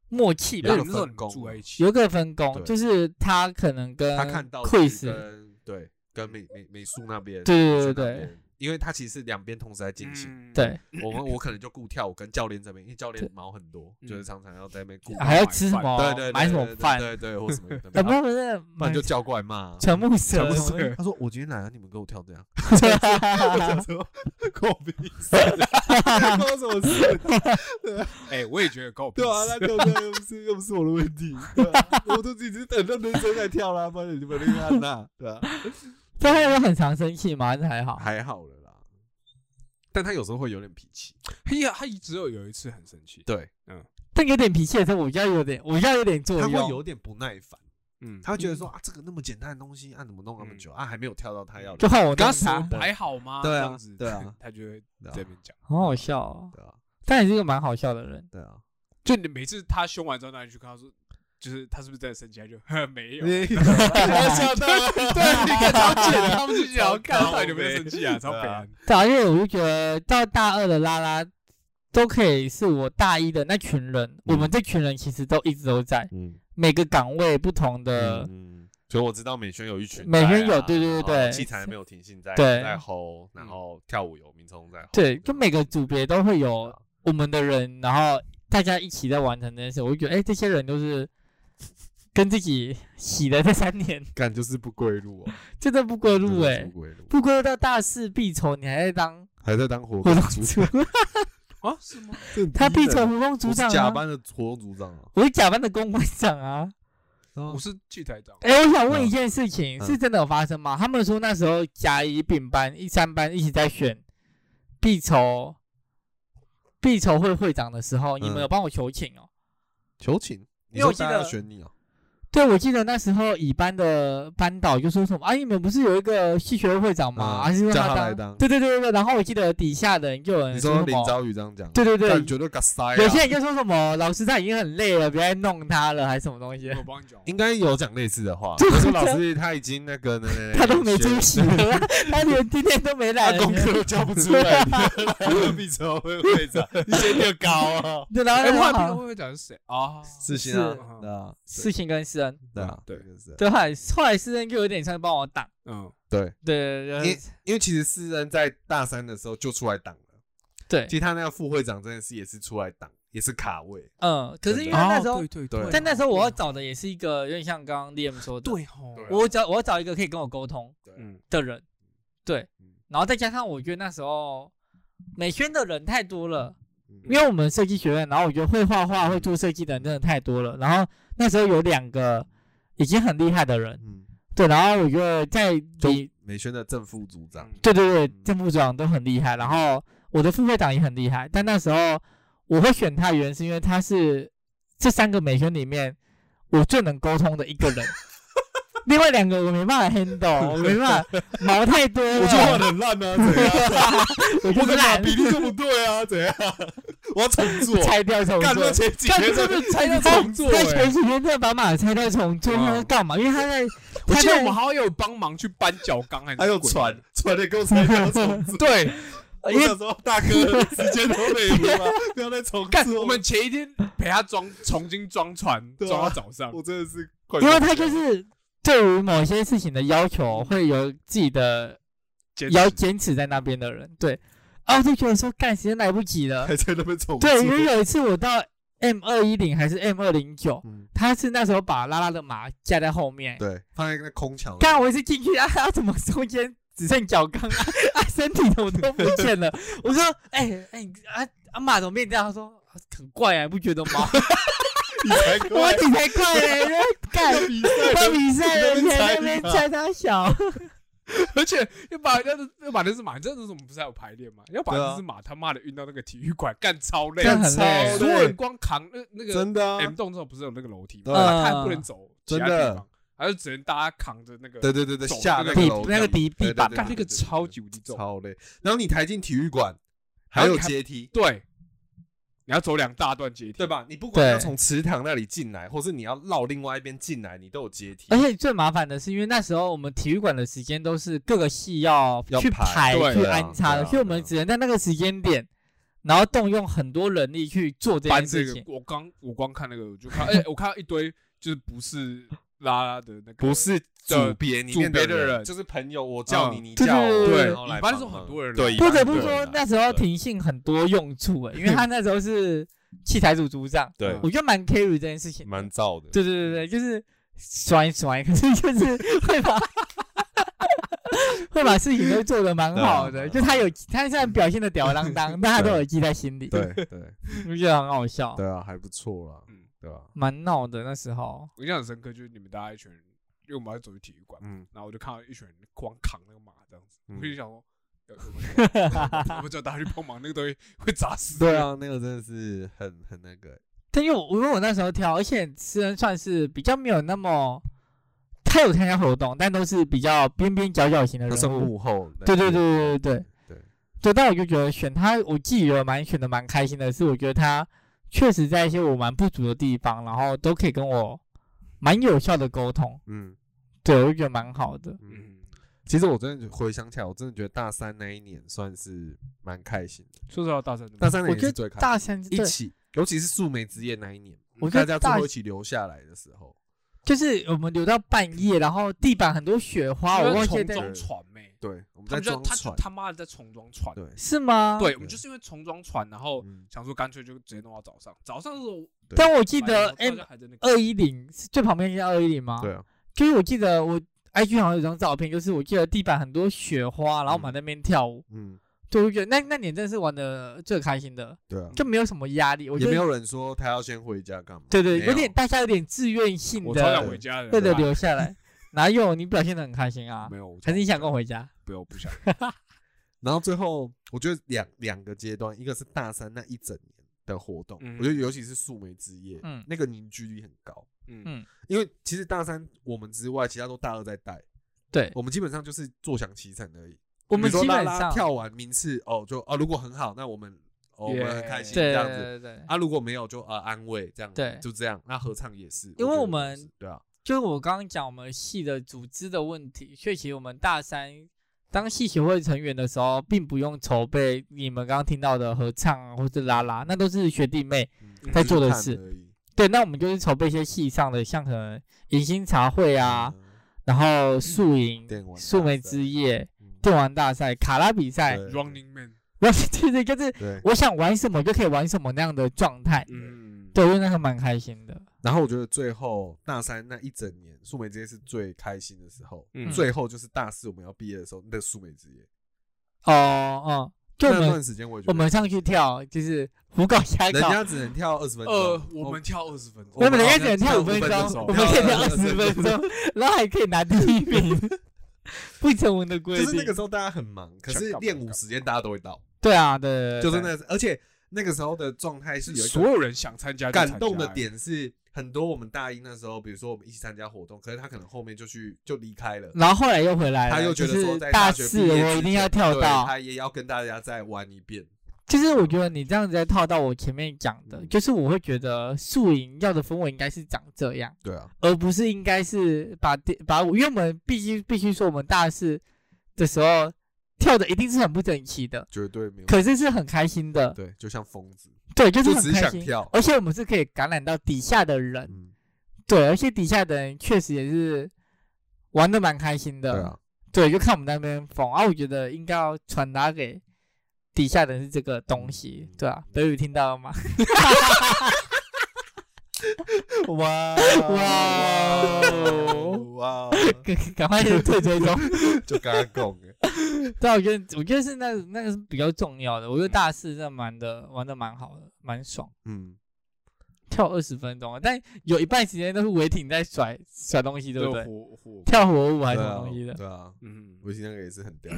S3: 默契吧
S1: 有
S2: 因
S1: 一个
S2: 为那时候
S1: 分
S2: 你
S1: 工
S2: 们住在一起，
S3: 有一个分工，
S1: 对
S3: 就是他可能跟
S1: 他看到的
S3: 呃 Chris，
S1: 是跟对跟美美美术那边，
S3: 对对
S1: 美宣
S3: 对
S1: 那
S3: 对
S1: 边，因为他其实是两边同时在进行，
S2: 嗯，
S3: 对，
S1: 我们我可能就顾跳舞跟教练这边，因为教练
S3: 对
S1: 毛很多，就是
S2: 嗯
S1: 常常要在那边顾
S2: 啊，
S3: 还要吃什
S1: 对对对，，
S3: 么买什
S1: 对
S3: 么
S1: 对
S3: 饭，
S1: 对对或什么 有的没的，
S3: 啊，不
S1: 不
S3: 是不是，
S1: 不然就
S3: 买
S1: 叫过来骂啊。
S3: 全部蛇，
S1: 不
S3: 什么
S1: 是，他说我今天来了，你们给我跳 这样，
S3: 的
S1: 说关我屁事， 关我什么事？
S2: 哎，我也觉得够。
S1: 对啊，那跳这样又不是又不是我的问题，对啊我都已经很认真在跳啦，不然你们那个安娜，对啊，
S3: 但他有很常生气吗？还是还好？
S1: 还好了啦，但他有时候会有点脾气，
S2: 他也他只有有一次很生气，
S1: 对，
S3: 但有点脾气的时候，我就要有点，我就要有点作
S1: 他
S3: 用，
S1: 会有点不耐烦，
S2: 嗯，
S1: 他会觉得说啊，这个那么简单的东西，啊怎么弄那么久啊，还没有跳到他要的
S3: 嗯就换我
S2: 刚刚
S3: 当
S2: 说
S3: 傻，
S1: 对
S2: 还好吗？
S1: 对啊
S2: 这样子
S1: 对啊
S2: 他就会
S1: 对啊
S2: 这边讲。
S3: 很好笑哦。
S1: 对啊，
S3: 但也是一个蛮好笑的人，
S1: 对啊，
S2: 就你每次他凶完之后，那你去看他说，就是他是不是在生气？他就 呵没有，
S1: 你
S2: 笑到对，你看超贱的，他们就想要看
S1: 超
S2: 到底有没有生气啊，超
S1: 对啊
S2: 北岸。
S3: 对啊，因为我就觉得到大二的拉拉都可以是我大一的那群人，我们这群人其实都一直都在
S1: 嗯，
S3: 每个岗位不同的，
S1: 嗯，所以我知道美宣有一群在啊，
S3: 呃美宣有对对对
S1: 然后
S3: 对
S1: 器材没有停薪在
S3: 对嗯
S1: 在吼，然后跳舞有民聪在吼，
S3: 对，就每个组别都会有
S1: 啊
S3: 我们的人，然后大家一起在完成这件事，我就觉得哎、这些人都是跟自己洗了这三年，
S1: 干就是不归路哦，
S3: 真的不归
S1: 真
S3: 路
S1: 的
S3: 哎、
S1: 是不归路，
S3: 不归路到大事必酬，你还在当
S1: 还在当活
S3: 活动
S1: 组
S3: 组
S1: 长，，
S2: 啊？是吗？
S1: 这很
S3: 他
S1: 逼
S3: 必
S1: 人
S3: 酬活动
S1: 我
S3: 组
S1: 是
S3: 长
S1: 甲
S3: 啊，
S1: 班的活动组长 啊，
S3: 我是甲班的公关长啊。
S1: 哦
S2: 我是器材长，
S3: 哎、我想问一件事情，
S1: 嗯
S3: 是真的有发生吗？他们说那时候甲乙丙班一三班一起在选必筹必筹会会长的时候，你们
S1: 嗯
S3: 有帮我求情哦？
S1: 求情，你
S3: 因为
S1: 说
S3: 我记
S1: 大家要
S3: 得
S1: 选你啊，
S3: 对，我记得那时候乙班的班导就说什么啊，你们不是有一个系学会会长吗？
S1: 嗯
S3: 还、是让
S1: 叫他
S3: 他
S1: 来当
S3: 对对对对对。然后我记得底下哎的人就有人
S1: 你说
S3: 什
S1: 林
S3: 么，
S1: 昭宇这样讲，啊
S3: 对对
S1: 但
S3: 对，
S1: 绝对嘎塞啊，
S3: 有些人就说什么老师他已经很累了，不要再弄他了，还是什么东西，
S2: 我帮你讲。
S1: 应该有讲类似的话，
S3: 对
S1: 我说
S3: 对
S1: 老师他已经那个，
S3: 他都没出
S1: 出
S3: 席了，他连今天都没来
S1: 他。功课都交不出 来， 何必成为会长？你先就高啊，
S3: 对，然后
S2: 哎，
S3: 那
S2: 我
S3: 个
S2: 还
S3: 好
S2: 不知道会讲是谁啊？
S1: 是
S3: 是
S1: 啊，对啊，
S3: 事情跟私恩，
S1: 对啊，
S2: 对
S1: 就是
S3: 对，后来后来私恩就有点像帮我挡，
S2: 嗯，
S1: 对，
S3: 对对
S1: 因
S3: 对
S1: 因为其实世恩在大三的时候就出来挡了，
S3: 对
S1: 其，实他那个副会长真的是也是出来挡，也是卡位，
S3: 嗯，可是因为
S1: 真
S3: 那时候
S2: 哦对，对
S1: 哦
S2: 嗯
S1: 对
S3: 但那时候我要找的也是一个有点像刚刚 Liam 说的，
S2: 对吼，
S1: 对啊
S3: 我找我要找一个可以跟我沟通
S2: 嗯，
S3: 的人，对
S1: 嗯，
S3: 然后再加上我觉得那时候美宣的人太多了，
S1: 嗯
S3: 因为我们设计学院，然后我觉得会画画、会做设计的人真的太多了，然后那时候有两个已经很厉害的人，
S1: 嗯，
S3: 对，然后我觉得在你
S1: 美宣的正副组长，
S3: 对对对
S1: 嗯，
S3: 正副组长都很厉害，然后我的副会长也很厉害，但那时候我会选他，原因是因为他是这三个美宣里面我最能沟通的一个 人，另外两个我没办法 handle，我没办 法，毛太多了，
S1: 我说话很烂啊，怎样？
S3: 我
S1: 我
S3: 就
S1: 的马
S3: 懒，
S1: 比例就 不对啊，怎样？我要重做，
S3: 拆掉重
S1: 干
S3: 做
S1: 这。前几
S3: 干
S1: 天
S3: 这
S1: 的
S3: 个拆掉
S1: 重做
S3: 他
S1: 欸
S3: 前几天真的把马拆掉重做，他在
S2: 嗯
S3: 干嘛？因为他在，
S2: 我
S3: 他
S2: 记得我
S3: 在
S2: 们，好像有帮忙去搬脚缸，还是
S1: 还有
S2: 鬼
S1: 船，船也给我拆掉重 做。 对，我
S3: 因为
S1: 想说大哥时间都没了吧，不要再重
S2: 干，
S1: 做。
S2: 我们前一天陪他装，重新装船，
S1: 啊对啊
S2: 装到早上。
S1: 我真的是快疯
S3: 因
S1: 掉了，
S3: 为他就是对于某些事情的要求会有自己的
S2: 坚持
S3: 有坚持在那边的人，对。然后我就觉得说，干时间来不及了。
S1: 还在那边重做。
S3: 对，因为有一次我到 M 二一零还是 M 二零九，
S1: 嗯，
S3: 他是那时候把拉拉的马架在后面。
S1: 对，放在那空墙。
S3: 干，我一次进去啊，他怎么中间只剩脚刚啊， 啊身体怎么都不见了？我说，哎、哎、啊啊马怎么变这样？他说啊很怪啊，你不觉得吗？
S1: 你才
S3: 我说你才怪嘞、 干。
S1: 比赛
S3: 他比赛了，
S1: 你
S3: 你
S1: 在那
S3: 还在那
S1: 边
S3: 边猜他小，
S2: 而且要把那只要把那只马，你知道那时候我们不是还有排练吗？要把
S1: 对啊
S2: 那只马他妈的运到那个体育馆，干超累，
S3: 干
S1: 很累
S2: 所有人光扛那那个
S1: 真的啊
S2: M 栋之后不是有那个楼梯吗？
S1: 对啊
S2: 他还不能走其他
S1: 真的
S2: 地方，还是只能大家扛着那个，
S1: 对对对对，
S2: 走
S1: 下那
S2: 那个
S1: 个
S3: 底
S1: 楼
S3: 那个
S1: 梯
S3: 底壁
S1: 对
S3: 吧
S1: 对，
S2: 干那个超级无敌重，
S1: 超累。然后你抬进体育馆，还
S2: 然
S1: 有
S2: 后你还
S1: 阶梯，
S2: 对，你要走两大段阶梯，
S1: 对？吧？你不管要
S3: 对
S1: 从池塘那里进来，或是你要绕另外一边进来，你都有阶梯
S3: 而。且最麻烦的是，因为那时候我们体育馆的时间都是各个系要
S1: 要
S3: 去
S1: 排
S3: 排、
S2: 对
S3: 去
S1: 啊
S3: 安插
S1: 对啊
S3: 的，所以我们只能在那个时间点，然后动用很多人力去做这
S2: 搬这
S3: 件
S2: 个
S3: 事情，。
S2: 我刚我光看那个，我就看， 哎，我看到一堆就是不是拉拉的那个，
S1: 不是组别里面
S2: 组别的人
S1: 就是朋友，我叫你，
S2: 嗯
S1: 你叫我，
S3: 对对对
S1: 然后来
S2: 对
S1: 帮
S2: 一般是
S1: 忙
S2: 很多人来
S1: 对，
S3: 不得不
S1: 一般是
S3: 说，
S1: 很多人来啊
S3: 那时候婷信很多用处欸诶、因为他那时候是器材组组长，
S1: 对
S3: 我觉得蛮 carry 这件事情。
S1: 蛮燥的，
S3: 对对对对，就是甩一甩，可是就是会把会把事情都做得蛮好的，
S1: 对
S3: 就
S1: 啊
S3: 他有他虽然表现的吊儿郎当，但他都有记在心里，
S1: 对对
S3: 我觉得很好笑，
S1: 对啊，还不错啦
S2: 嗯，
S1: 对吧？
S3: 蛮闹的那时候。
S2: 我印象很深刻，就是你们大家一群人，因为我们要走去体育馆，
S1: 嗯，
S2: 然后我就看到一群人光扛那个马这样子，
S1: 嗯
S2: 我就想说，有有 没有我叫大家去帮忙，那个东西会砸死。
S1: 对，啊，那个真的是很很那个，
S3: 但因为我因为我那时候挑，而且私人算是比较没有那么，他有参加活动，但都是比较边边角角型的
S1: 他算
S3: 人物。
S1: 幕后那嗯
S3: 对
S1: 些，
S3: 对对对对对
S1: 对
S3: 对，但我就觉得选他，我自己觉得蛮选的蛮开心的，是我觉得他确实在一些我蛮不足的地方，然后都可以跟我蛮有效的沟通，
S1: 嗯
S3: 对我就觉得蛮好的。
S1: 嗯。
S2: 嗯，
S1: 其实我真的回想起来，我真的觉得大三那一年算是蛮开心的。
S2: 说实话，大三真的
S1: 大三那
S3: 嗯我
S1: 年
S3: 觉
S1: 是最
S3: 得
S1: 开心
S3: 大
S1: 的，
S3: 三
S1: 一
S3: 对，
S1: 起，尤其是素梅之夜那一年，
S3: 我觉
S1: 大
S3: 得
S1: 家最
S3: 大
S1: 后一起留下来的时候，
S3: 就是我们留到半夜，然后地板很多雪花，我忘记
S2: 从
S3: 在
S1: 中
S2: 中传妹，
S1: 对，我们在
S2: 他们就
S1: 装
S2: 他就
S1: 船，
S2: 他妈的在从中传，
S1: 对，
S3: 是吗？，
S2: 对，我们就是因为从中传，然后
S1: 嗯
S2: 想说干脆就直接弄到早上，早上的时候
S1: 对
S3: 但我记得呃
S2: 哎
S3: M
S2: 还在那个
S3: 二一零是最旁边是二一零吗？
S1: 对，啊，
S3: 就是我记得我 IG 好像有张照片，就是我记得地板很多雪花，然后我们还在那边跳舞，
S1: 嗯，
S3: 对，我觉得那那年真的是玩的最开心的，
S1: 对啊，
S3: 就没有什么压力，我觉
S1: 也
S3: 得
S1: 没有人说他要先回家干嘛，
S3: 对对，
S1: 没
S3: 有点大家有点自愿性
S2: 我超想
S1: 的
S2: 回家的，
S3: 为
S2: 对
S3: 了留下 来，哪有你表现的很开心啊
S2: 没？有，我
S3: 还是你想跟
S2: 超
S3: 我回家？
S2: 不要不想，
S1: 然后最后，我觉得两两个阶段，一个是大三那一整年的活动，
S2: 嗯
S1: 我觉得尤其是素梅之夜，
S3: 嗯
S1: 那个凝聚力很高。
S2: 嗯
S3: 嗯
S1: 因为其实大三我们之外，其他都大二在带，
S3: 对，
S1: 我们基本上就是坐享其成而已。
S3: 我们
S1: 比如
S3: 基
S1: 说
S3: 本
S1: 拉拉
S3: 上
S1: 跳完名次哦，就哦如果很好，那我们、哦、我们很开心这
S3: 对
S1: 样
S3: 对
S1: 子。
S3: 对对，
S1: 啊，如果没有就呃安慰这样，
S3: 对
S1: 就这样。那合唱也是，
S3: 因为
S1: 觉得
S3: 我们
S1: 是对啊，
S3: 就是我刚刚讲我们系的组织的问题，所以其实我们大三当系学会成员的时候，并不用筹备你们刚刚听到的合唱啊，或是啦啦，那都是学弟妹。
S1: 嗯
S3: 在做的
S1: 就是
S3: 事
S1: 看而已
S3: 对，那我们就是筹备一些系上的，像可能迎新茶会啊，，然后宿营
S1: 嗯电玩、大
S3: 素梅
S1: 赛
S3: 之夜、
S1: 嗯
S3: 电玩大赛、卡拉比赛，
S1: 对
S2: Running Man，
S3: 然后 就是就是
S1: 对。
S3: 我想玩什么就可以玩什么那样的状态。
S2: 嗯，
S3: 对，因为那个蛮开心的。
S1: 然后我觉得最后大三那一整年，素梅之夜是最开心的时候。
S2: 嗯
S1: 最后就是大四我们要毕业的时候，那个素梅之夜，
S3: 哦哦，就我
S1: 那
S3: 们
S1: 段时间我也觉得
S3: 我们上去跳，就是胡搞瞎
S1: 人
S3: 搞。
S1: 家只能跳二十分钟，
S2: 呃，我们跳二十分钟
S1: 我
S3: 我，
S1: 们
S3: 们
S1: 好
S3: 人家
S1: 像
S3: 只能跳
S1: 跳
S3: 五分
S1: 5分
S3: 钟
S1: 钟，
S3: 我们可以跳
S1: 跳
S3: 二十分钟， 然后还可以拿第一名， 不成文的规
S1: 就
S3: 定。
S1: 是那个时候大家很忙，可是
S2: 想干嘛
S1: 练舞时间大家都会到，
S3: 对啊，对，对
S1: 就是。
S3: 对
S1: 那，而且那个时候的状态哦是有一
S2: 所
S1: 个
S2: 有人想参加就
S1: 感动
S2: 参加
S1: 的，点是，很多我们大一那时候，比如说我们一起参加活动，可是他可能后面就去就离开了。
S3: 然后后来又回来了，
S1: 他又觉得
S3: 就
S1: 说，
S3: 是
S1: 在
S3: 大
S1: 学
S3: 四
S1: 毕业之
S3: 我一定要
S1: 前
S3: 跳
S1: 对
S3: 到。
S1: 他也要跟大家再玩一遍。
S3: 就是我觉得你这样子在套到我前面讲的，
S1: 嗯
S3: 就是我会觉得宿营要的氛围应该是长这样，
S1: 对啊，
S3: 而不是应该是把电把我，因为我们必须必须说我们大四的时候跳的一定是很不整齐的，
S1: 绝对没有。
S3: 可是是很开心的，
S1: 对，就像疯子，
S3: 对，就是
S1: 就
S3: 很
S1: 只
S3: 开
S1: 想
S3: 心。
S1: 跳。
S3: 而且我们是可以感染到底下的人，
S1: 嗯，
S3: 对，而且底下的人确实也是玩的蛮开心
S1: 对
S3: 的，
S1: 啊，
S3: 对，就看我们那边疯啊，我觉得应该要传达给底下的人是这个东西，对啊，德宇听到了吗？
S1: 哇
S3: 哦
S1: 哇，
S3: 赶赶快就退追踪。
S1: 就刚刚讲的，
S3: 对啊，我觉得我觉得是那那个是比较重要的。我觉得大四真的蛮的玩的蛮好的，蛮爽，
S1: 嗯，
S3: 跳二十分钟啊，但有一半时间都是违停在甩 甩东西，对不
S2: 对
S3: 对？
S2: 火火，
S3: 跳火舞还
S1: 对
S3: 是什么
S1: 啊
S3: 东西的，，
S1: 对啊，
S2: 嗯，
S1: 微信那个也是很屌。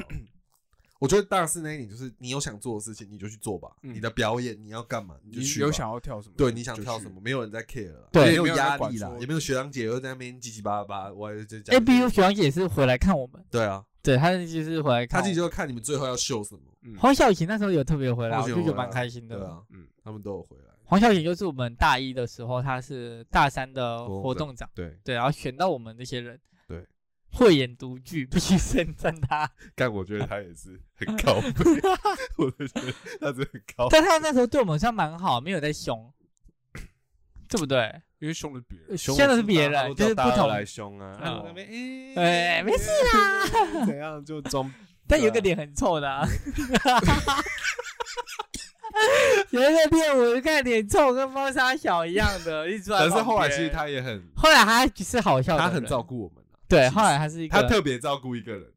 S1: 我觉得大四那一年就是你有想做的事情，你就去做吧。
S2: 嗯
S1: 你的表演你要干嘛，你就
S2: 你
S1: 去吧。
S2: 有想要跳什么？
S1: 对你想
S2: 就
S1: 跳
S2: 去
S1: 什么，没有人在 care 了，
S3: 对
S1: 也没有
S2: 没有人
S1: 压
S2: 在管
S1: 力啦
S2: 说，
S1: 也没有学长姐又在那边叽叽巴巴，我还是这讲。
S3: A B U 学长姐也是回来看我们，
S1: 对啊，
S3: 对，她就是回来
S1: 他
S3: 看我
S1: 自己
S3: 们。
S1: 就看你们最后要秀什么。
S2: 嗯
S3: 黄晓晴那时候有特别回来，
S1: 黄
S3: 我
S1: 晓
S3: 就
S1: 晴
S3: 觉得
S1: 回来
S3: 蛮开心
S1: 对
S3: 的。
S1: 啊，
S2: 嗯
S1: 他们都有回来。
S3: 黄晓晴就是我们大一的时候，她是大三的
S1: 活
S3: 活
S1: 动
S3: 动长，
S1: 对，
S3: 对，然后选到我们这些人，
S1: 对，哦
S3: 慧眼独具，必须称赞她。
S1: 但我觉得他也是很高 分，我就觉得他真的很高。
S3: 但他那时候对我们好像蛮好，没有在凶，对不对？
S2: 因为凶的 别
S1: 呃
S2: 人，
S3: 凶的是别人，就是不同。哦
S1: 来凶啊，
S2: 嗯
S1: 他在那边
S3: 哎没事
S1: 啦，怎样就装
S3: 但
S1: 对
S3: 有一个
S1: 啊
S3: 脸很臭的、啊， 有一个练我就看脸臭，跟猫砂小一样的，一直在
S1: 但
S3: 旁边。
S1: 是后来其实他也很，
S3: 后来他是好笑的
S1: 他
S3: 人，
S1: 很照顾我们啊
S3: 对，
S1: 其实
S3: 后来他是一个
S1: 他特别照顾一个人，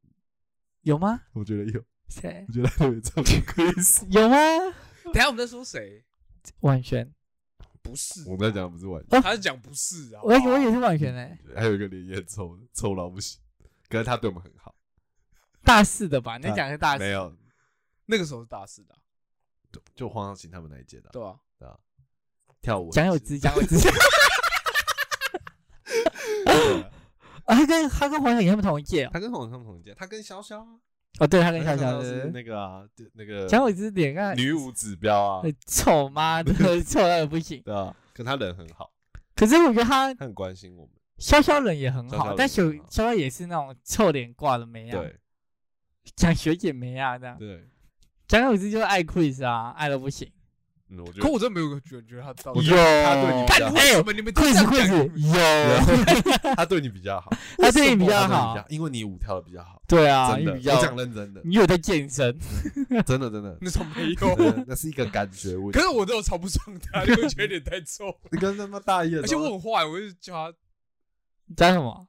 S3: 有吗？
S1: 我觉得有，
S3: 谁
S1: 我觉得他特别照顾 Chris。
S3: 有吗？
S2: 等一下我们在说谁？
S3: 婉璇，
S2: 不是，
S1: 我们在讲不是玩，
S2: 他是讲不是
S1: 哦
S2: 啊，
S3: 我也我也是婉璇哎、
S1: 还有一个脸也很臭，臭到不行，可是他对我们很好。
S3: 大四的吧？你在讲的是大
S1: 嗯没
S3: 四，
S1: 有，
S2: 那个时候是大四的啊，
S1: 就就黄晓琴他们那一届的啊
S2: 对吧？
S1: 跳舞，
S3: 蒋有之，蒋有之，
S1: 对啊，
S3: 啊，他跟他跟黄晓莹他们同一届哦，
S1: 他跟黄晓他们同一届，他跟潇潇啊，
S3: 哦，对，他跟
S1: 他
S3: 小
S1: 跟潇潇
S3: 小的
S1: 是那个啊，就那个
S3: 蒋有之脸看
S1: 女舞指标啊，
S3: 很丑 妈的，丑到也不行。
S1: 对啊，可他人很好，
S3: 可是我觉得他
S1: 他很关心我们，
S3: 潇潇人也很
S1: 潇潇
S3: 好，
S1: 人
S3: 但
S1: 也
S3: 小
S1: 很好
S3: 潇潇也是那种臭脸挂的没啊。
S1: 对，
S3: 讲学姐没啊这样。
S1: 对，
S3: 讲老师就是爱 quiz 啊，爱的不行。
S1: 嗯，我觉
S2: 可
S1: 得
S2: 我真的没有觉觉得他到
S1: 我
S2: 底
S1: 觉得他对你比
S2: 看
S1: 较
S2: 为
S3: 哎
S2: 什么啊你们都这
S3: quiz
S2: 样讲
S3: quiz 有，
S1: 他对你比较好，
S3: 他 对你比较
S1: 他对你
S3: 好，
S1: 因为你舞跳的比较好，
S3: 对啊，
S1: 真
S3: 你
S1: 的，
S3: 比较
S1: 我讲认 真的，
S3: 你有在健身，
S1: 真的真的，
S2: 那种没
S1: 真
S2: 有。
S1: 的那是一个感觉问
S2: 可
S1: 题。
S2: 是我这种瞧不上他，因为我觉得有点太臭，
S1: 你跟他妈大一的时候，
S2: 而且我很坏，我就叫他
S3: 你讲什么？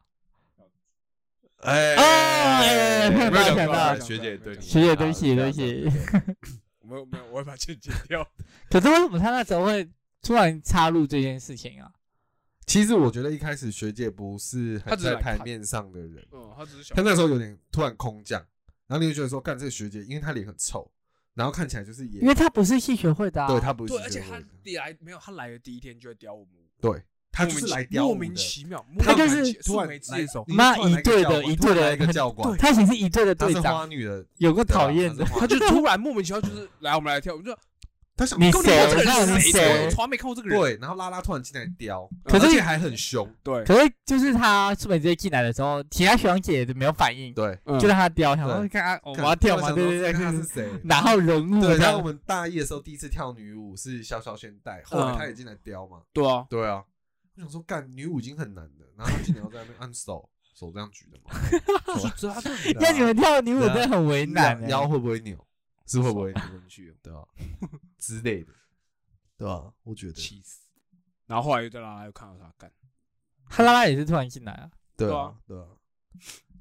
S1: 哎
S3: 哎
S1: 没有
S2: 没有
S1: 讲
S2: 讲
S1: 过
S2: 过
S1: 哎
S2: 没有
S1: 学姐
S2: 讲过
S1: 对你，
S3: 学姐对
S1: 啊
S3: 不起对不起，
S1: 这样子
S2: 没有没有，我会把钱剪掉。
S3: 可是为什么他那时候会突然插入这件事情啊？
S1: 其实我觉得一开始学姐不是
S2: 她
S1: 很
S2: 只是
S1: 在
S2: 来
S1: 台
S2: 看
S1: 面上的人，
S2: 嗯，他只是想
S1: 她那时候有点突然空降，然后你就觉得说，干这个学姐，因为她脸很臭，然后看起来就是也
S3: 因为他不是系学会的、啊，
S1: 对她不是
S2: 对，而
S1: 学
S2: 且
S1: 姐
S2: 他
S1: 味的，
S2: 来没有，他来的第一天就会叼我们舞，
S1: 对，她就是来叼
S2: 莫
S1: 我
S2: 名
S1: 的
S2: 其妙，
S1: 她
S2: 莫
S3: 就
S2: 名
S3: 是
S2: 其妙
S1: 突
S2: 素
S1: 然
S2: 梅自
S1: 来
S2: 己手，
S1: 你
S3: 妈
S1: 突然
S3: 一
S1: 来个
S3: 队
S1: 教
S3: 的
S1: 官
S3: 一
S1: 突然
S3: 队的
S1: 来一个
S3: 很
S1: 教官，
S3: 他以前是一队的
S1: 她
S3: 队
S1: 是花
S3: 长，
S1: 女的，
S3: 有个
S1: 对啊
S3: 讨厌
S1: 她
S3: 的
S1: 是。花
S2: 他
S1: 女
S2: 就突然莫名其妙就是来，我们来跳，我就说
S1: 她想
S3: 你
S1: 跟
S3: 谁
S1: 我
S2: 这个
S3: 我看
S2: 人
S3: 你
S2: 是
S3: 谁啊
S2: 谁？我从来没看过这个人。
S1: 啊对，然后拉拉突然进来叼，
S3: 可是
S1: 而且还很凶，
S2: 对
S3: 可是就是他苏美直接进来的时候，其他学长姐都没有反应，
S1: 对，
S2: 对
S3: 就让他叼，想
S1: 对
S3: 说看他我
S1: 我
S3: 们要跳嘛，对对对，
S1: 她
S3: 就是
S1: 谁？
S3: 哪号人
S2: 嗯
S3: 物
S1: 对，
S2: 啊
S3: 这
S1: 然后
S3: 样
S1: 我？们大一的时候第一次跳女舞是潇潇先
S2: 嗯
S1: 带，后来她也进来叼嘛。
S2: 对啊，
S1: 对啊，我想说干女舞已经很难了，然后她竟然要在那 边按手，手这样举的嘛，
S2: 就是这他就是
S3: 那你们跳女舞
S1: 啊
S3: 真的很为难、
S1: 腰
S3: 欸，
S1: 腰会不会扭？是会不会扭？
S2: 回去
S1: 对 啊，之类的，对啊，我觉得
S2: 气死。然后后来又在拉拉又看到他干，
S3: 哈拉拉也是突然进来啊，
S1: 对
S2: 对
S1: 啊
S2: 啊，
S1: 对啊。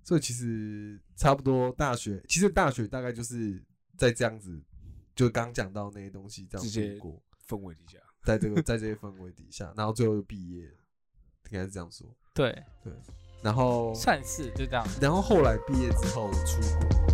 S1: 所以其实差不多，大学其实大学大概就是在这样子，就刚讲到那些东西这
S2: 直接
S1: 样度过，
S2: 氛围底下，
S1: 在这个在这些氛围底下，然后最后就毕业了，应该是这样说。
S3: 对，
S1: 然后哦
S3: 算是就这样。
S1: 然后后来毕业之后出国，